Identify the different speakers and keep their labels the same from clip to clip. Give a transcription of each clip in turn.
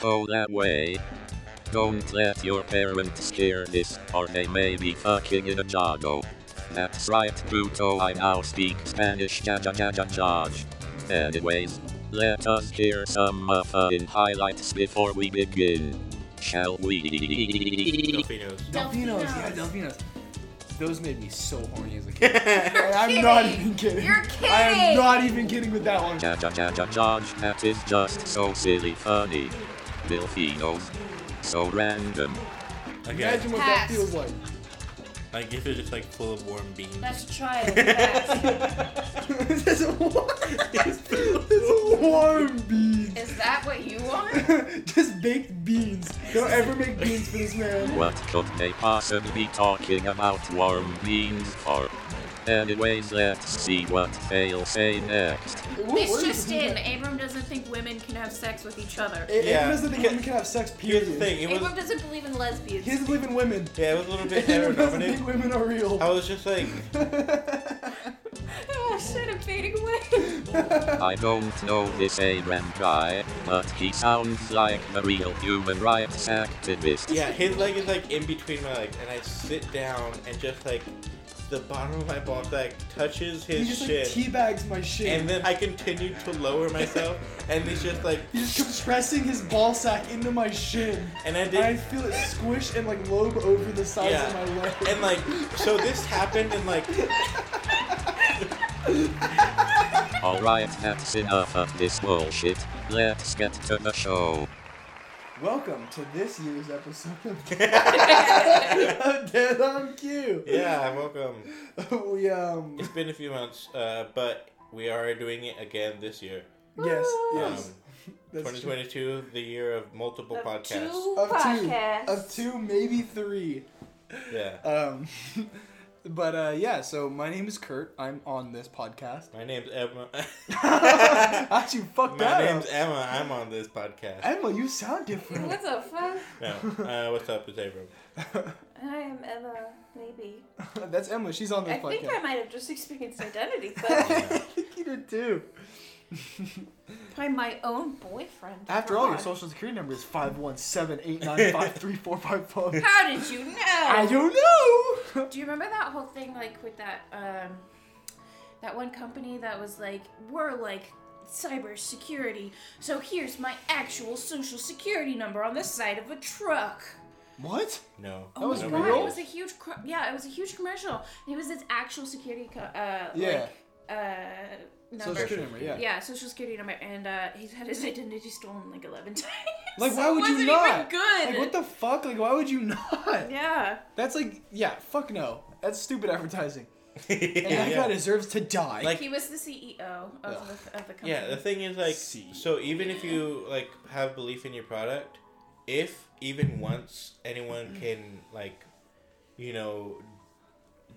Speaker 1: go that way. Don't let your parents hear this, or they may be fucking in a jago. That's right, Pluto, I now speak Spanish, ja ja ja ja jaj. Anyways, let us hear some uh, fucking highlights before we begin. Shall we?
Speaker 2: Delfinos.
Speaker 3: Delfinos, yeah, Delfinos. Those made me so horny as a kid.
Speaker 4: You're
Speaker 3: And I'm not
Speaker 4: kidding.
Speaker 3: even kidding.
Speaker 4: You're
Speaker 3: I am
Speaker 4: kidding.
Speaker 3: not even kidding with that one.
Speaker 1: Ja ja ja ja jaj, that is just so silly funny. Delfinos. So random.
Speaker 2: Okay,
Speaker 3: Imagine what
Speaker 4: Pass.
Speaker 3: that feels like.
Speaker 2: like if it's just like full of warm beans.
Speaker 4: Let's try it.
Speaker 3: this is warm. this warm beans.
Speaker 4: Is that what you want?
Speaker 3: Just baked beans. Don't ever make beans for this man.
Speaker 1: What could they possibly be talking about warm beans for? Anyways, let's see what they'll say next.
Speaker 4: This just in. Abram doesn't think women can have sex with each other.
Speaker 3: It,
Speaker 2: Yeah.
Speaker 3: yeah. doesn't think women can have sex, period.
Speaker 2: Here's the thing. It
Speaker 4: Abram
Speaker 2: was
Speaker 4: doesn't believe in lesbians.
Speaker 3: He doesn't believe in women.
Speaker 2: yeah, it was a little bit
Speaker 3: Abram doesn't
Speaker 2: heteronormative.
Speaker 3: think women are real.
Speaker 2: I was just like,
Speaker 4: oh shit, I'm fading away.
Speaker 1: I don't know this Abraham guy, but he sounds like a real human rights activist.
Speaker 2: yeah, his leg is like in between my legs, and I sit down and just like the bottom of my ball sack touches
Speaker 3: he
Speaker 2: his
Speaker 3: just like
Speaker 2: shit,
Speaker 3: teabags my shit.
Speaker 2: and then I continue to lower myself, and it's just like,
Speaker 3: He's just compressing his ball sack into my shin.
Speaker 2: and I did.
Speaker 3: I feel it squish and like lobe over the sides
Speaker 2: Yeah.
Speaker 3: of my leg.
Speaker 2: and like, so this happened in like
Speaker 1: Alright, that's enough of this bullshit. Let's get to the show.
Speaker 3: Welcome to this year's episode of Dead on Cue.
Speaker 2: Yeah, welcome.
Speaker 3: we um
Speaker 2: It's been a few months, uh, but we are doing it again this year.
Speaker 3: yes
Speaker 2: Um,
Speaker 3: yes That's true.
Speaker 2: 2022, the year of multiple
Speaker 4: Of
Speaker 2: podcasts.
Speaker 4: Two
Speaker 3: of two
Speaker 4: podcasts.
Speaker 3: of two maybe three
Speaker 2: Yeah.
Speaker 3: um but uh yeah so my name is Kurt I'm on this podcast
Speaker 2: My name's Emma.
Speaker 3: how'd you fuck
Speaker 2: My
Speaker 3: that
Speaker 2: name's
Speaker 3: up
Speaker 2: Emma. I'm on this podcast.
Speaker 3: Emma you sound different
Speaker 4: What the fuck?
Speaker 2: No. Uh, what's up? It's Abram.
Speaker 4: I am Emma, maybe.
Speaker 3: that's Emma she's on this
Speaker 4: I
Speaker 3: podcast
Speaker 4: think I might have just experienced identity theft
Speaker 3: I think you did too
Speaker 4: by my own boyfriend.
Speaker 3: after all your
Speaker 4: God.
Speaker 3: social security number is five one seven eight nine five three four five five
Speaker 4: How did you know?
Speaker 3: I don't know
Speaker 4: Do you remember that whole thing, like with that um, that one company that was like, we're like cybersecurity, so here's my actual social security number on the side of a truck.
Speaker 3: what
Speaker 2: No.
Speaker 3: That was
Speaker 4: Oh my
Speaker 2: Nobody
Speaker 4: God,
Speaker 3: real?
Speaker 4: It was a huge, cr- yeah, it was a huge commercial. And it was this actual security, co- uh,
Speaker 3: Yeah.
Speaker 4: like, uh, number.
Speaker 3: social security number yeah
Speaker 4: Yeah, social security number, and uh, he's had his identity stolen like eleven times.
Speaker 3: Like,
Speaker 4: So
Speaker 3: why would
Speaker 4: it wasn't
Speaker 3: you
Speaker 4: Even
Speaker 3: not?
Speaker 4: good.
Speaker 3: like what the fuck like why would you not
Speaker 4: yeah.
Speaker 3: That's like, yeah, fuck no. That's stupid advertising. And
Speaker 2: yeah.
Speaker 3: that guy deserves to die.
Speaker 2: Like-
Speaker 4: He was the CEO of, the, of the company.
Speaker 2: Yeah, the thing is like
Speaker 3: See.
Speaker 2: so even if you like have belief in your product, if even once anyone
Speaker 4: Mm.
Speaker 2: can like you know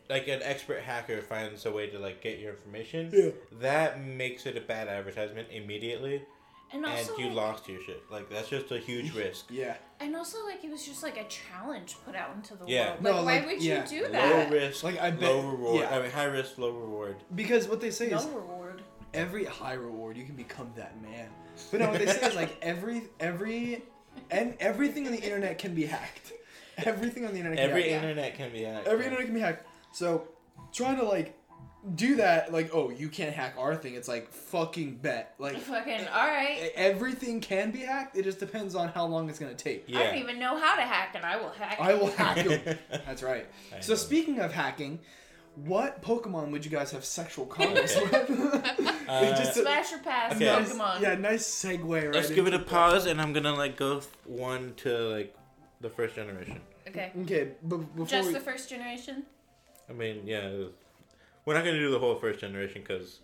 Speaker 2: like an expert hacker finds a way to like get your information,
Speaker 3: Yeah.
Speaker 2: that makes it a bad advertisement immediately
Speaker 4: and also,
Speaker 2: and you
Speaker 4: like,
Speaker 2: lost your shit. Like that's just a huge risk.
Speaker 3: yeah.
Speaker 4: and also like it was just like a challenge put out into the
Speaker 2: Yeah.
Speaker 4: world. Like,
Speaker 3: No,
Speaker 4: why
Speaker 3: like,
Speaker 4: would
Speaker 3: yeah.
Speaker 4: you do
Speaker 2: Low
Speaker 4: that?
Speaker 2: risk,
Speaker 3: Like, I bet-
Speaker 2: low reward.
Speaker 3: yeah.
Speaker 2: I mean high risk, low reward.
Speaker 3: Because what they say is
Speaker 4: No reward.
Speaker 3: every high reward, you can become that man. But no, what they say is like every, every, and everything on the internet can be hacked. Everything on the internet can
Speaker 2: Every
Speaker 3: be hacked.
Speaker 2: internet can be hacked.
Speaker 3: Every internet can be hacked. So trying to like do that, like, oh, you can't hack our thing. It's like fucking bet. Like, e,
Speaker 4: Fucking all right.
Speaker 2: Eh,
Speaker 3: everything can be hacked. It just depends on how long it's going to take.
Speaker 4: I don't even know how to hack, and I will hack.
Speaker 3: I will
Speaker 4: it.
Speaker 3: hack him. That's right.
Speaker 2: I
Speaker 3: so
Speaker 2: know.
Speaker 3: speaking of hacking, what Pokemon would you guys have sexual comments with?
Speaker 2: Uh,
Speaker 4: Smash your pass,
Speaker 2: Okay.
Speaker 3: nice-
Speaker 4: Pokemon.
Speaker 3: Yeah, nice segue. Right.
Speaker 2: Let's give it
Speaker 3: into
Speaker 2: a pause, and I'm gonna like go f- one to like the first generation.
Speaker 4: Okay.
Speaker 3: Okay, but before
Speaker 4: Just
Speaker 3: we,
Speaker 4: the first generation.
Speaker 2: I mean, yeah, it was- we're not gonna do the whole first generation because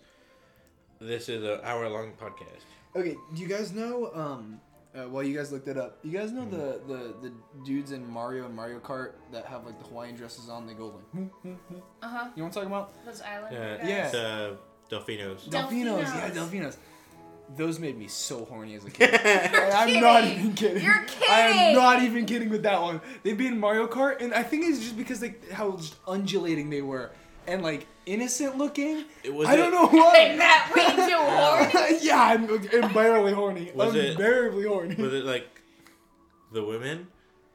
Speaker 2: this is an hour long podcast.
Speaker 3: okay, do you guys know? Um, uh, well, you guys looked it up. You guys know
Speaker 4: Hmm.
Speaker 3: the, the the dudes in Mario and Mario Kart that have like the Hawaiian dresses on. They go like, "Hmm, you
Speaker 4: Uh huh.
Speaker 3: know what I'm talking about?
Speaker 4: Those island.
Speaker 2: Uh,
Speaker 4: guys.
Speaker 3: Yeah.
Speaker 2: The Delfinos.
Speaker 3: Delfinos. Yeah,
Speaker 4: Delfinos.
Speaker 3: Delfinos. Those made me so horny as a kid. And I'm not
Speaker 4: kidding.
Speaker 3: even kidding.
Speaker 4: You're
Speaker 3: I
Speaker 4: kidding.
Speaker 3: am not even kidding with that one. They beat Mario Kart, and I think it's just because like how just undulating they were, and like innocent looking.
Speaker 2: It was
Speaker 3: I
Speaker 2: it-
Speaker 3: don't know why.
Speaker 4: And that way too hard.
Speaker 3: yeah, I'm unbearably horny.
Speaker 2: Was it-
Speaker 3: unbearably horny.
Speaker 2: Was it like the women?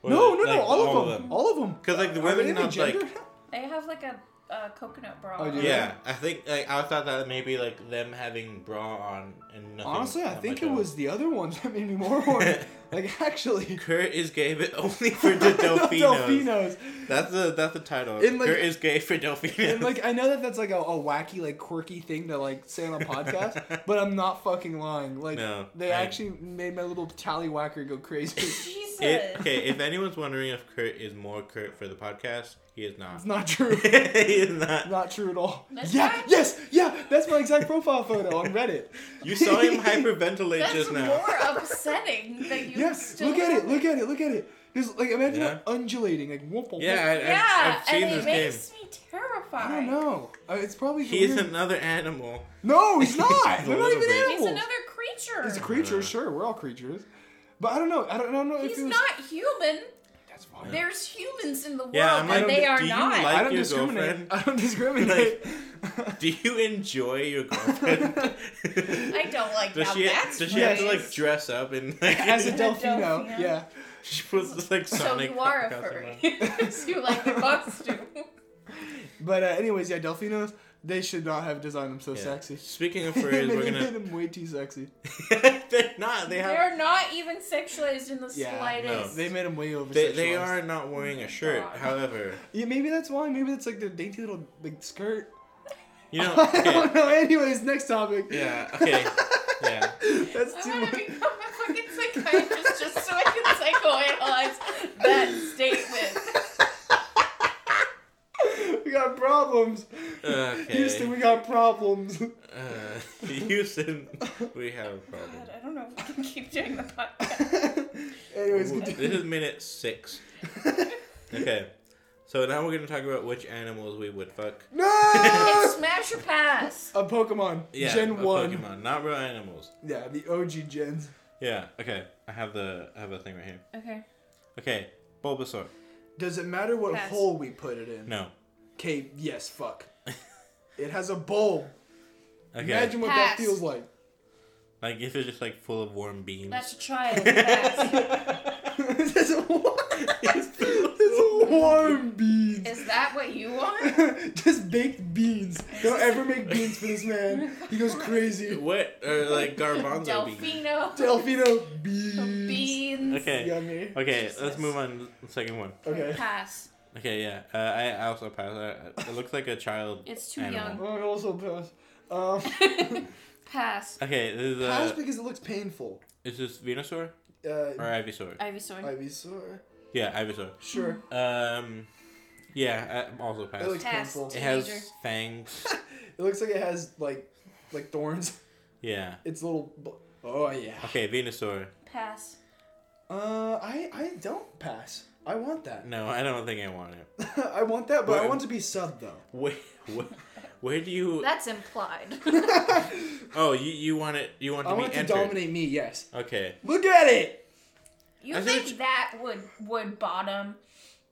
Speaker 2: Or
Speaker 3: No,
Speaker 2: is
Speaker 3: no,
Speaker 2: it,
Speaker 3: no,
Speaker 2: like,
Speaker 3: all, of them. all of them.
Speaker 2: 'Cause, like, the
Speaker 3: Are they
Speaker 2: women
Speaker 3: any
Speaker 2: not, like-
Speaker 3: gender?
Speaker 4: They have like a, a coconut bra.
Speaker 3: Oh, do
Speaker 4: on.
Speaker 3: they?
Speaker 2: Yeah, I think like I thought that maybe like them having bra on and nothing.
Speaker 3: Honestly, I
Speaker 2: not
Speaker 3: think
Speaker 2: much
Speaker 3: it
Speaker 2: else.
Speaker 3: was the other ones that made me more horny. like actually,
Speaker 2: Kurt is gay, but only for the
Speaker 3: Not
Speaker 2: Delfinos.
Speaker 3: Delfinos.
Speaker 2: That's the that's the title.
Speaker 3: In, like-
Speaker 2: Kurt is gay for Delfinos.
Speaker 3: And like I know that that's like a, a wacky, like quirky thing to like say on a podcast, but I'm not fucking lying. Like
Speaker 2: No,
Speaker 3: they
Speaker 2: I-
Speaker 3: actually made my little tallywhacker go crazy.
Speaker 4: Jesus.
Speaker 2: It- okay, if anyone's wondering if Kurt is more Kurt for the podcast, he is not.
Speaker 3: it's not true.
Speaker 2: he is not.
Speaker 3: not true at all.
Speaker 4: That's
Speaker 3: yeah.
Speaker 4: not-
Speaker 3: Yes. Yeah. That's my exact profile photo on Reddit.
Speaker 2: You saw him hyperventilate
Speaker 4: That's
Speaker 2: just now.
Speaker 4: more upsetting that you.
Speaker 3: Yes.
Speaker 4: still
Speaker 3: Look at it.
Speaker 4: have
Speaker 3: Look at it. Look at it. Just like imagine
Speaker 2: Yeah.
Speaker 3: it undulating, like whoop, whoop,
Speaker 2: Yeah, I, I've-
Speaker 4: Yeah,
Speaker 2: I've, seen
Speaker 4: and
Speaker 2: this
Speaker 4: it
Speaker 2: game.
Speaker 4: makes me
Speaker 3: whoop.
Speaker 4: terrified.
Speaker 3: I don't know. Uh, it's probably
Speaker 2: He's
Speaker 3: weird.
Speaker 2: another animal.
Speaker 3: No, he's not.
Speaker 2: He's a
Speaker 3: They're not
Speaker 2: little
Speaker 3: even
Speaker 2: bit.
Speaker 3: animals.
Speaker 4: He's another creature.
Speaker 3: He's a creature, sure. We're all creatures. But I don't know. I don't, I don't know if
Speaker 4: He's
Speaker 3: it was.
Speaker 4: not human.
Speaker 3: That's fine.
Speaker 4: There's humans in the world,
Speaker 2: Yeah, I'm like,
Speaker 4: and they
Speaker 2: do
Speaker 4: are
Speaker 2: you
Speaker 4: not.
Speaker 2: like-
Speaker 3: I don't
Speaker 2: your
Speaker 3: discriminate.
Speaker 2: girlfriend.
Speaker 3: I don't discriminate.
Speaker 2: Do you enjoy your girlfriend?
Speaker 4: I don't like
Speaker 2: does
Speaker 4: now
Speaker 2: she,
Speaker 4: that's
Speaker 2: does she have to like dress up and like
Speaker 3: As a
Speaker 4: A
Speaker 3: Delfino,
Speaker 4: Delphino.
Speaker 3: yeah.
Speaker 2: she puts like
Speaker 4: so
Speaker 2: Sonic
Speaker 4: you are a
Speaker 2: costume on?
Speaker 4: furry. Because you like the costume.
Speaker 3: But uh, anyways, yeah, Delfinos. They should not have designed them so sexy.
Speaker 2: Speaking of
Speaker 3: they
Speaker 2: furries, we're
Speaker 3: made
Speaker 2: gonna.
Speaker 3: them way too sexy.
Speaker 2: They're not. They have.
Speaker 4: They're not even sexualized in the
Speaker 3: Yeah, no.
Speaker 4: slightest.
Speaker 3: They made them way over.
Speaker 2: Oh. They, they are not wearing a shirt.
Speaker 4: God.
Speaker 2: However,
Speaker 3: Yeah, maybe that's why. Maybe that's like their dainty little like skirt.
Speaker 2: you know.
Speaker 3: I
Speaker 2: okay,
Speaker 3: don't know. Anyways, next topic.
Speaker 2: Yeah. Okay. Yeah.
Speaker 3: That's
Speaker 4: I
Speaker 3: too
Speaker 4: want to
Speaker 3: much.
Speaker 4: become a fucking psychiatrist just so I can psychoanalyze that statement.
Speaker 3: We got problems.
Speaker 2: Okay.
Speaker 3: Houston, we got problems.
Speaker 2: Uh, Houston, we have a problem.
Speaker 4: God, I don't know if we can keep doing the podcast.
Speaker 3: Anyways,
Speaker 2: Ooh,
Speaker 3: continue.
Speaker 2: This is minute six. Okay. So now we're gonna talk about which animals we would fuck.
Speaker 4: It's
Speaker 3: No!
Speaker 4: smash or pass.
Speaker 3: a Pokemon.
Speaker 2: Yeah.
Speaker 3: Gen
Speaker 2: a
Speaker 3: 1.
Speaker 2: Pokemon, not real animals.
Speaker 3: Yeah, the OG gens.
Speaker 2: Yeah. Okay. I have the I have a thing right here.
Speaker 4: Okay.
Speaker 2: Okay. Bulbasaur.
Speaker 3: Does it matter what
Speaker 4: Pass.
Speaker 3: hole we put it in?
Speaker 2: No.
Speaker 3: Okay, yes, fuck. it has a bowl.
Speaker 2: Okay.
Speaker 3: Imagine what
Speaker 4: Pass.
Speaker 3: that feels like.
Speaker 2: Like if it's just like full of warm beans.
Speaker 4: That's a child. Pass.
Speaker 3: this is warm. this warm beans.
Speaker 4: Is that what you want?
Speaker 3: Just baked beans. Don't ever make beans for this man. He goes crazy.
Speaker 2: What? Or like garbanzo beans.
Speaker 4: Delfino.
Speaker 3: Delfino beans.
Speaker 4: Beans.
Speaker 2: Mm. Okay.
Speaker 3: Yummy.
Speaker 2: Okay, let's
Speaker 4: Jesus.
Speaker 2: move on to the second one.
Speaker 3: Okay.
Speaker 4: Pass.
Speaker 2: Okay, yeah. Uh, I I also pass. I- It looks like a child.
Speaker 4: It's too
Speaker 2: animal.
Speaker 4: young.
Speaker 3: Well, Oh, I also pass. Um,
Speaker 4: Pass.
Speaker 2: Okay, this is
Speaker 3: pass
Speaker 2: uh,
Speaker 3: because it looks painful.
Speaker 2: is this Venusaur or
Speaker 3: Uh,
Speaker 2: Ivysaur?
Speaker 4: Ivysaur.
Speaker 3: Ivysaur.
Speaker 2: Yeah, Ivysaur.
Speaker 3: Sure.
Speaker 2: Um, yeah, I also
Speaker 3: It
Speaker 2: pass.
Speaker 3: looks
Speaker 4: Pass.
Speaker 3: painful.
Speaker 2: It
Speaker 4: Teenager.
Speaker 2: has fangs.
Speaker 3: It looks like it has like like thorns.
Speaker 2: Yeah.
Speaker 3: It's little. bu- Oh yeah.
Speaker 2: Okay, Venusaur.
Speaker 4: Pass.
Speaker 3: Uh, I I don't pass. I want that.
Speaker 2: No, I don't think I want it.
Speaker 3: I want that, but I
Speaker 2: Wait.
Speaker 3: want to be sub though.
Speaker 2: Where, where, where do you?
Speaker 4: That's implied.
Speaker 2: Oh, you you want it? You want
Speaker 3: I
Speaker 2: to be
Speaker 3: want it to
Speaker 2: entered?
Speaker 3: dominate me. Yes.
Speaker 2: Okay.
Speaker 3: Look at it.
Speaker 4: You
Speaker 2: I
Speaker 4: think
Speaker 2: think-
Speaker 4: that would would bottom?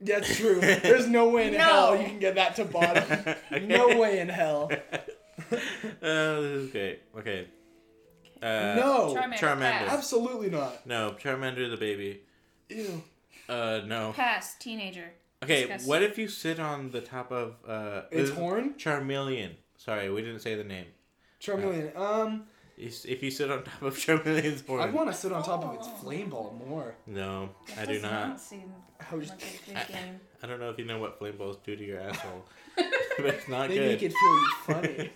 Speaker 3: That's true. There's no way in hell
Speaker 4: No.
Speaker 3: you can get that to bottom. No way in hell.
Speaker 2: Oh, this is great. Okay. Uh,
Speaker 3: No.
Speaker 4: Charmander.
Speaker 2: Charmander.
Speaker 4: Pass.
Speaker 3: Absolutely not.
Speaker 2: No, Charmander the baby.
Speaker 3: Ew.
Speaker 2: Uh, no.
Speaker 4: Pass. Teenager.
Speaker 2: Okay,
Speaker 4: Disgusting.
Speaker 2: what if you sit on the top of uh?
Speaker 3: Its
Speaker 2: this-
Speaker 3: horn?
Speaker 2: Charmeleon. Sorry, we didn't say the name.
Speaker 3: Charmeleon. Um,
Speaker 2: Is- If you sit on top of Charmeleon's horn.
Speaker 3: I want to sit on top of its
Speaker 4: Oh.
Speaker 3: flame ball more.
Speaker 2: No, I
Speaker 4: That
Speaker 2: do
Speaker 4: does
Speaker 2: not.
Speaker 4: seem
Speaker 3: I was-
Speaker 4: like a good game.
Speaker 2: I don't know if you know what flame balls do to your asshole, but it's not
Speaker 3: They
Speaker 2: good.
Speaker 3: make it feel funny.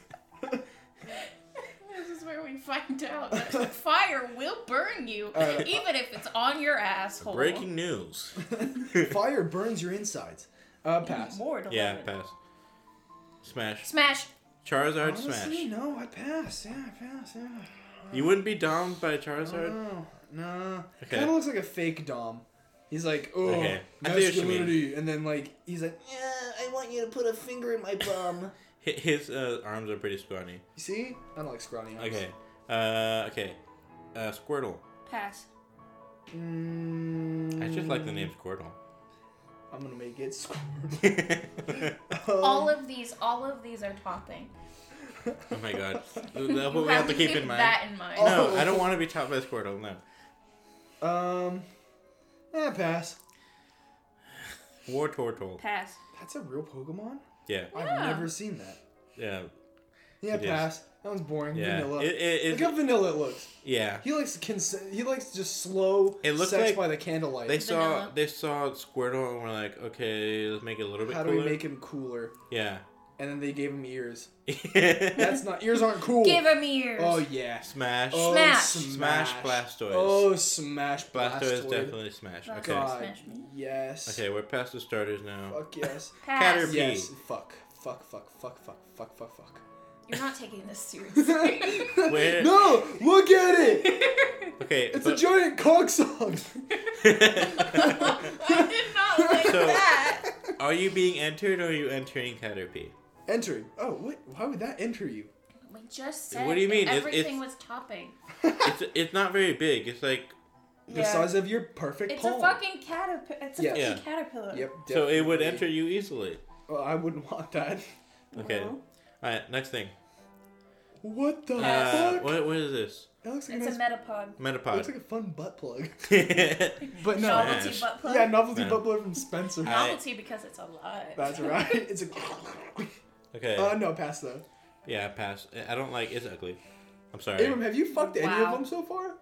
Speaker 4: This is where we find out that fire will burn you,
Speaker 3: Uh,
Speaker 4: even if it's on your asshole.
Speaker 2: Breaking news.
Speaker 3: Fire burns your insides. Uh, pass.
Speaker 4: More to
Speaker 2: yeah,
Speaker 4: learn.
Speaker 2: pass. Smash.
Speaker 4: Smash.
Speaker 2: Charizard
Speaker 3: Honestly,
Speaker 2: smash.
Speaker 3: no, I pass. Yeah, I pass. Yeah.
Speaker 2: You wouldn't be domed by Charizard.
Speaker 3: No, no.
Speaker 2: Okay.
Speaker 3: Kind of looks like a fake Dom. He's like, oh,
Speaker 2: Okay. I see what you
Speaker 3: masculinity, and then like he's like, yeah, I want you to put a finger in my bum.
Speaker 2: Hi- His uh, arms are pretty scrawny.
Speaker 3: you see? I don't like scrawny arms.
Speaker 2: Okay. Uh, okay. Uh, Squirtle.
Speaker 4: Pass.
Speaker 3: Mm,
Speaker 2: I just like the name Squirtle.
Speaker 3: I'm gonna make it squirt. Oh.
Speaker 4: all of these, all of these are topping.
Speaker 2: oh my god. That's
Speaker 4: You
Speaker 2: what we have to keep, in mind.
Speaker 4: that in mind.
Speaker 3: Oh.
Speaker 2: No, I don't want to be taught by Squirtle. No.
Speaker 3: Um, Eh, pass.
Speaker 2: War Turtle.
Speaker 4: Pass.
Speaker 3: That's a real Pokemon?
Speaker 2: Yeah,
Speaker 4: Yeah.
Speaker 3: I've never seen that.
Speaker 2: yeah,
Speaker 3: Yeah,
Speaker 2: It is.
Speaker 3: pass. That one's boring.
Speaker 2: yeah.
Speaker 3: Vanilla.
Speaker 2: It, it,
Speaker 3: Look how
Speaker 2: it,
Speaker 3: vanilla it looks.
Speaker 2: yeah.
Speaker 3: He likes cons- he likes just slow
Speaker 2: It looks
Speaker 3: sex
Speaker 2: like
Speaker 3: by the candlelight.
Speaker 2: They saw
Speaker 4: Vanilla.
Speaker 2: they saw Squirtle and were like, okay, let's make it a little bit
Speaker 3: How do
Speaker 2: cooler.
Speaker 3: we make him cooler?
Speaker 2: yeah.
Speaker 3: And then they gave him ears.
Speaker 2: Smash.
Speaker 3: That's not ears aren't cool.
Speaker 4: Give him ears.
Speaker 3: oh yeah. Oh,
Speaker 4: Smash.
Speaker 2: Smash Blastoise.
Speaker 3: Oh smash Blastoise.
Speaker 2: Blastoise definitely Smash.
Speaker 4: Blastoise.
Speaker 2: Okay.
Speaker 3: God.
Speaker 4: Smash me.
Speaker 3: Yes.
Speaker 2: Okay, we're past the starters now.
Speaker 3: Fuck yes.
Speaker 4: Pass.
Speaker 2: Caterpie.
Speaker 3: yes. Fuck. Fuck. Fuck. Fuck. Fuck. Fuck. Fuck. Fuck.
Speaker 4: You're not taking this seriously.
Speaker 2: Where-
Speaker 3: no! Look at it.
Speaker 2: Okay.
Speaker 3: It's a
Speaker 2: but-
Speaker 3: giant cock song.
Speaker 4: I did not like
Speaker 2: So-
Speaker 4: that.
Speaker 2: Are you being entered or are you entering Caterpie?
Speaker 3: Entering. Oh, what? Why would that enter you?
Speaker 4: We just said
Speaker 2: What do you mean? It's-
Speaker 4: everything
Speaker 2: it's-
Speaker 4: was topping.
Speaker 2: It's it's not very big. It's like
Speaker 3: The size of your perfect
Speaker 4: It's
Speaker 3: palm.
Speaker 4: a fucking caterpillar. It's a
Speaker 3: Yeah.
Speaker 4: fucking
Speaker 2: Yeah.
Speaker 4: caterpillar.
Speaker 3: Yep.
Speaker 2: so it would
Speaker 3: definitely.
Speaker 2: enter you easily.
Speaker 3: Well, I wouldn't want that.
Speaker 2: Okay.
Speaker 4: Well,
Speaker 2: All right. Next thing.
Speaker 3: What the
Speaker 2: Uh,
Speaker 3: fuck?
Speaker 2: what what is this?
Speaker 3: That looks like,
Speaker 4: It's
Speaker 3: a
Speaker 4: a
Speaker 3: nice,
Speaker 4: metapod.
Speaker 3: looks
Speaker 2: Metapod.
Speaker 3: like a fun butt plug.
Speaker 2: but
Speaker 3: But no.
Speaker 4: Novelty
Speaker 2: Smash.
Speaker 4: butt plug.
Speaker 3: Yeah, novelty
Speaker 2: Man.
Speaker 3: butt plug from Spencer.
Speaker 2: I-
Speaker 4: Novelty because it's alive.
Speaker 3: That's right. It's a.
Speaker 2: Okay.
Speaker 3: Uh, no, pass though.
Speaker 2: yeah. Pass. I don't like. It's ugly. I'm sorry.
Speaker 3: Abram, have you fucked any of
Speaker 4: Wow.
Speaker 3: them so far?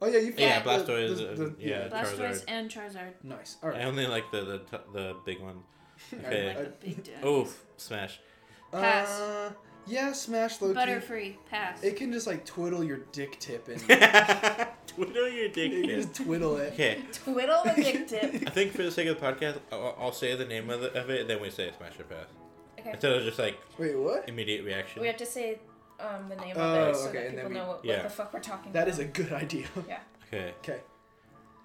Speaker 3: Oh yeah, you fucked.
Speaker 2: Yeah,
Speaker 3: the-
Speaker 2: Blastoise,
Speaker 3: the-
Speaker 2: uh,
Speaker 3: the-
Speaker 2: yeah.
Speaker 4: Blastoise
Speaker 2: Charizard.
Speaker 4: and Charizard.
Speaker 3: Nice. All
Speaker 2: I
Speaker 3: right.
Speaker 2: only like the the, t- the big one.
Speaker 4: Like
Speaker 2: Okay.
Speaker 4: the big dick.
Speaker 2: Oof. Smash.
Speaker 4: Pass.
Speaker 3: Uh, yeah, smash Loki.
Speaker 4: Butterfree. Pass.
Speaker 3: It can just like twiddle your dick tip and it
Speaker 2: Twiddle your dick.
Speaker 3: can
Speaker 2: in.
Speaker 3: just twiddle it.
Speaker 2: Okay.
Speaker 4: Twiddle the dick tip.
Speaker 2: I think for the sake of the podcast, I'll, I'll say the name of, the, of it, then we say smash or pass.
Speaker 4: Okay.
Speaker 2: Instead of just like
Speaker 3: Wait, what?
Speaker 2: immediate reaction.
Speaker 4: We have to say um, the name
Speaker 3: Oh,
Speaker 4: of it so
Speaker 3: okay,
Speaker 4: that
Speaker 3: and then
Speaker 4: people
Speaker 3: we-
Speaker 4: know what,
Speaker 2: yeah.
Speaker 4: what the fuck we're talking
Speaker 3: That
Speaker 4: about.
Speaker 3: is a good idea.
Speaker 4: Yeah.
Speaker 2: Okay.
Speaker 3: Okay.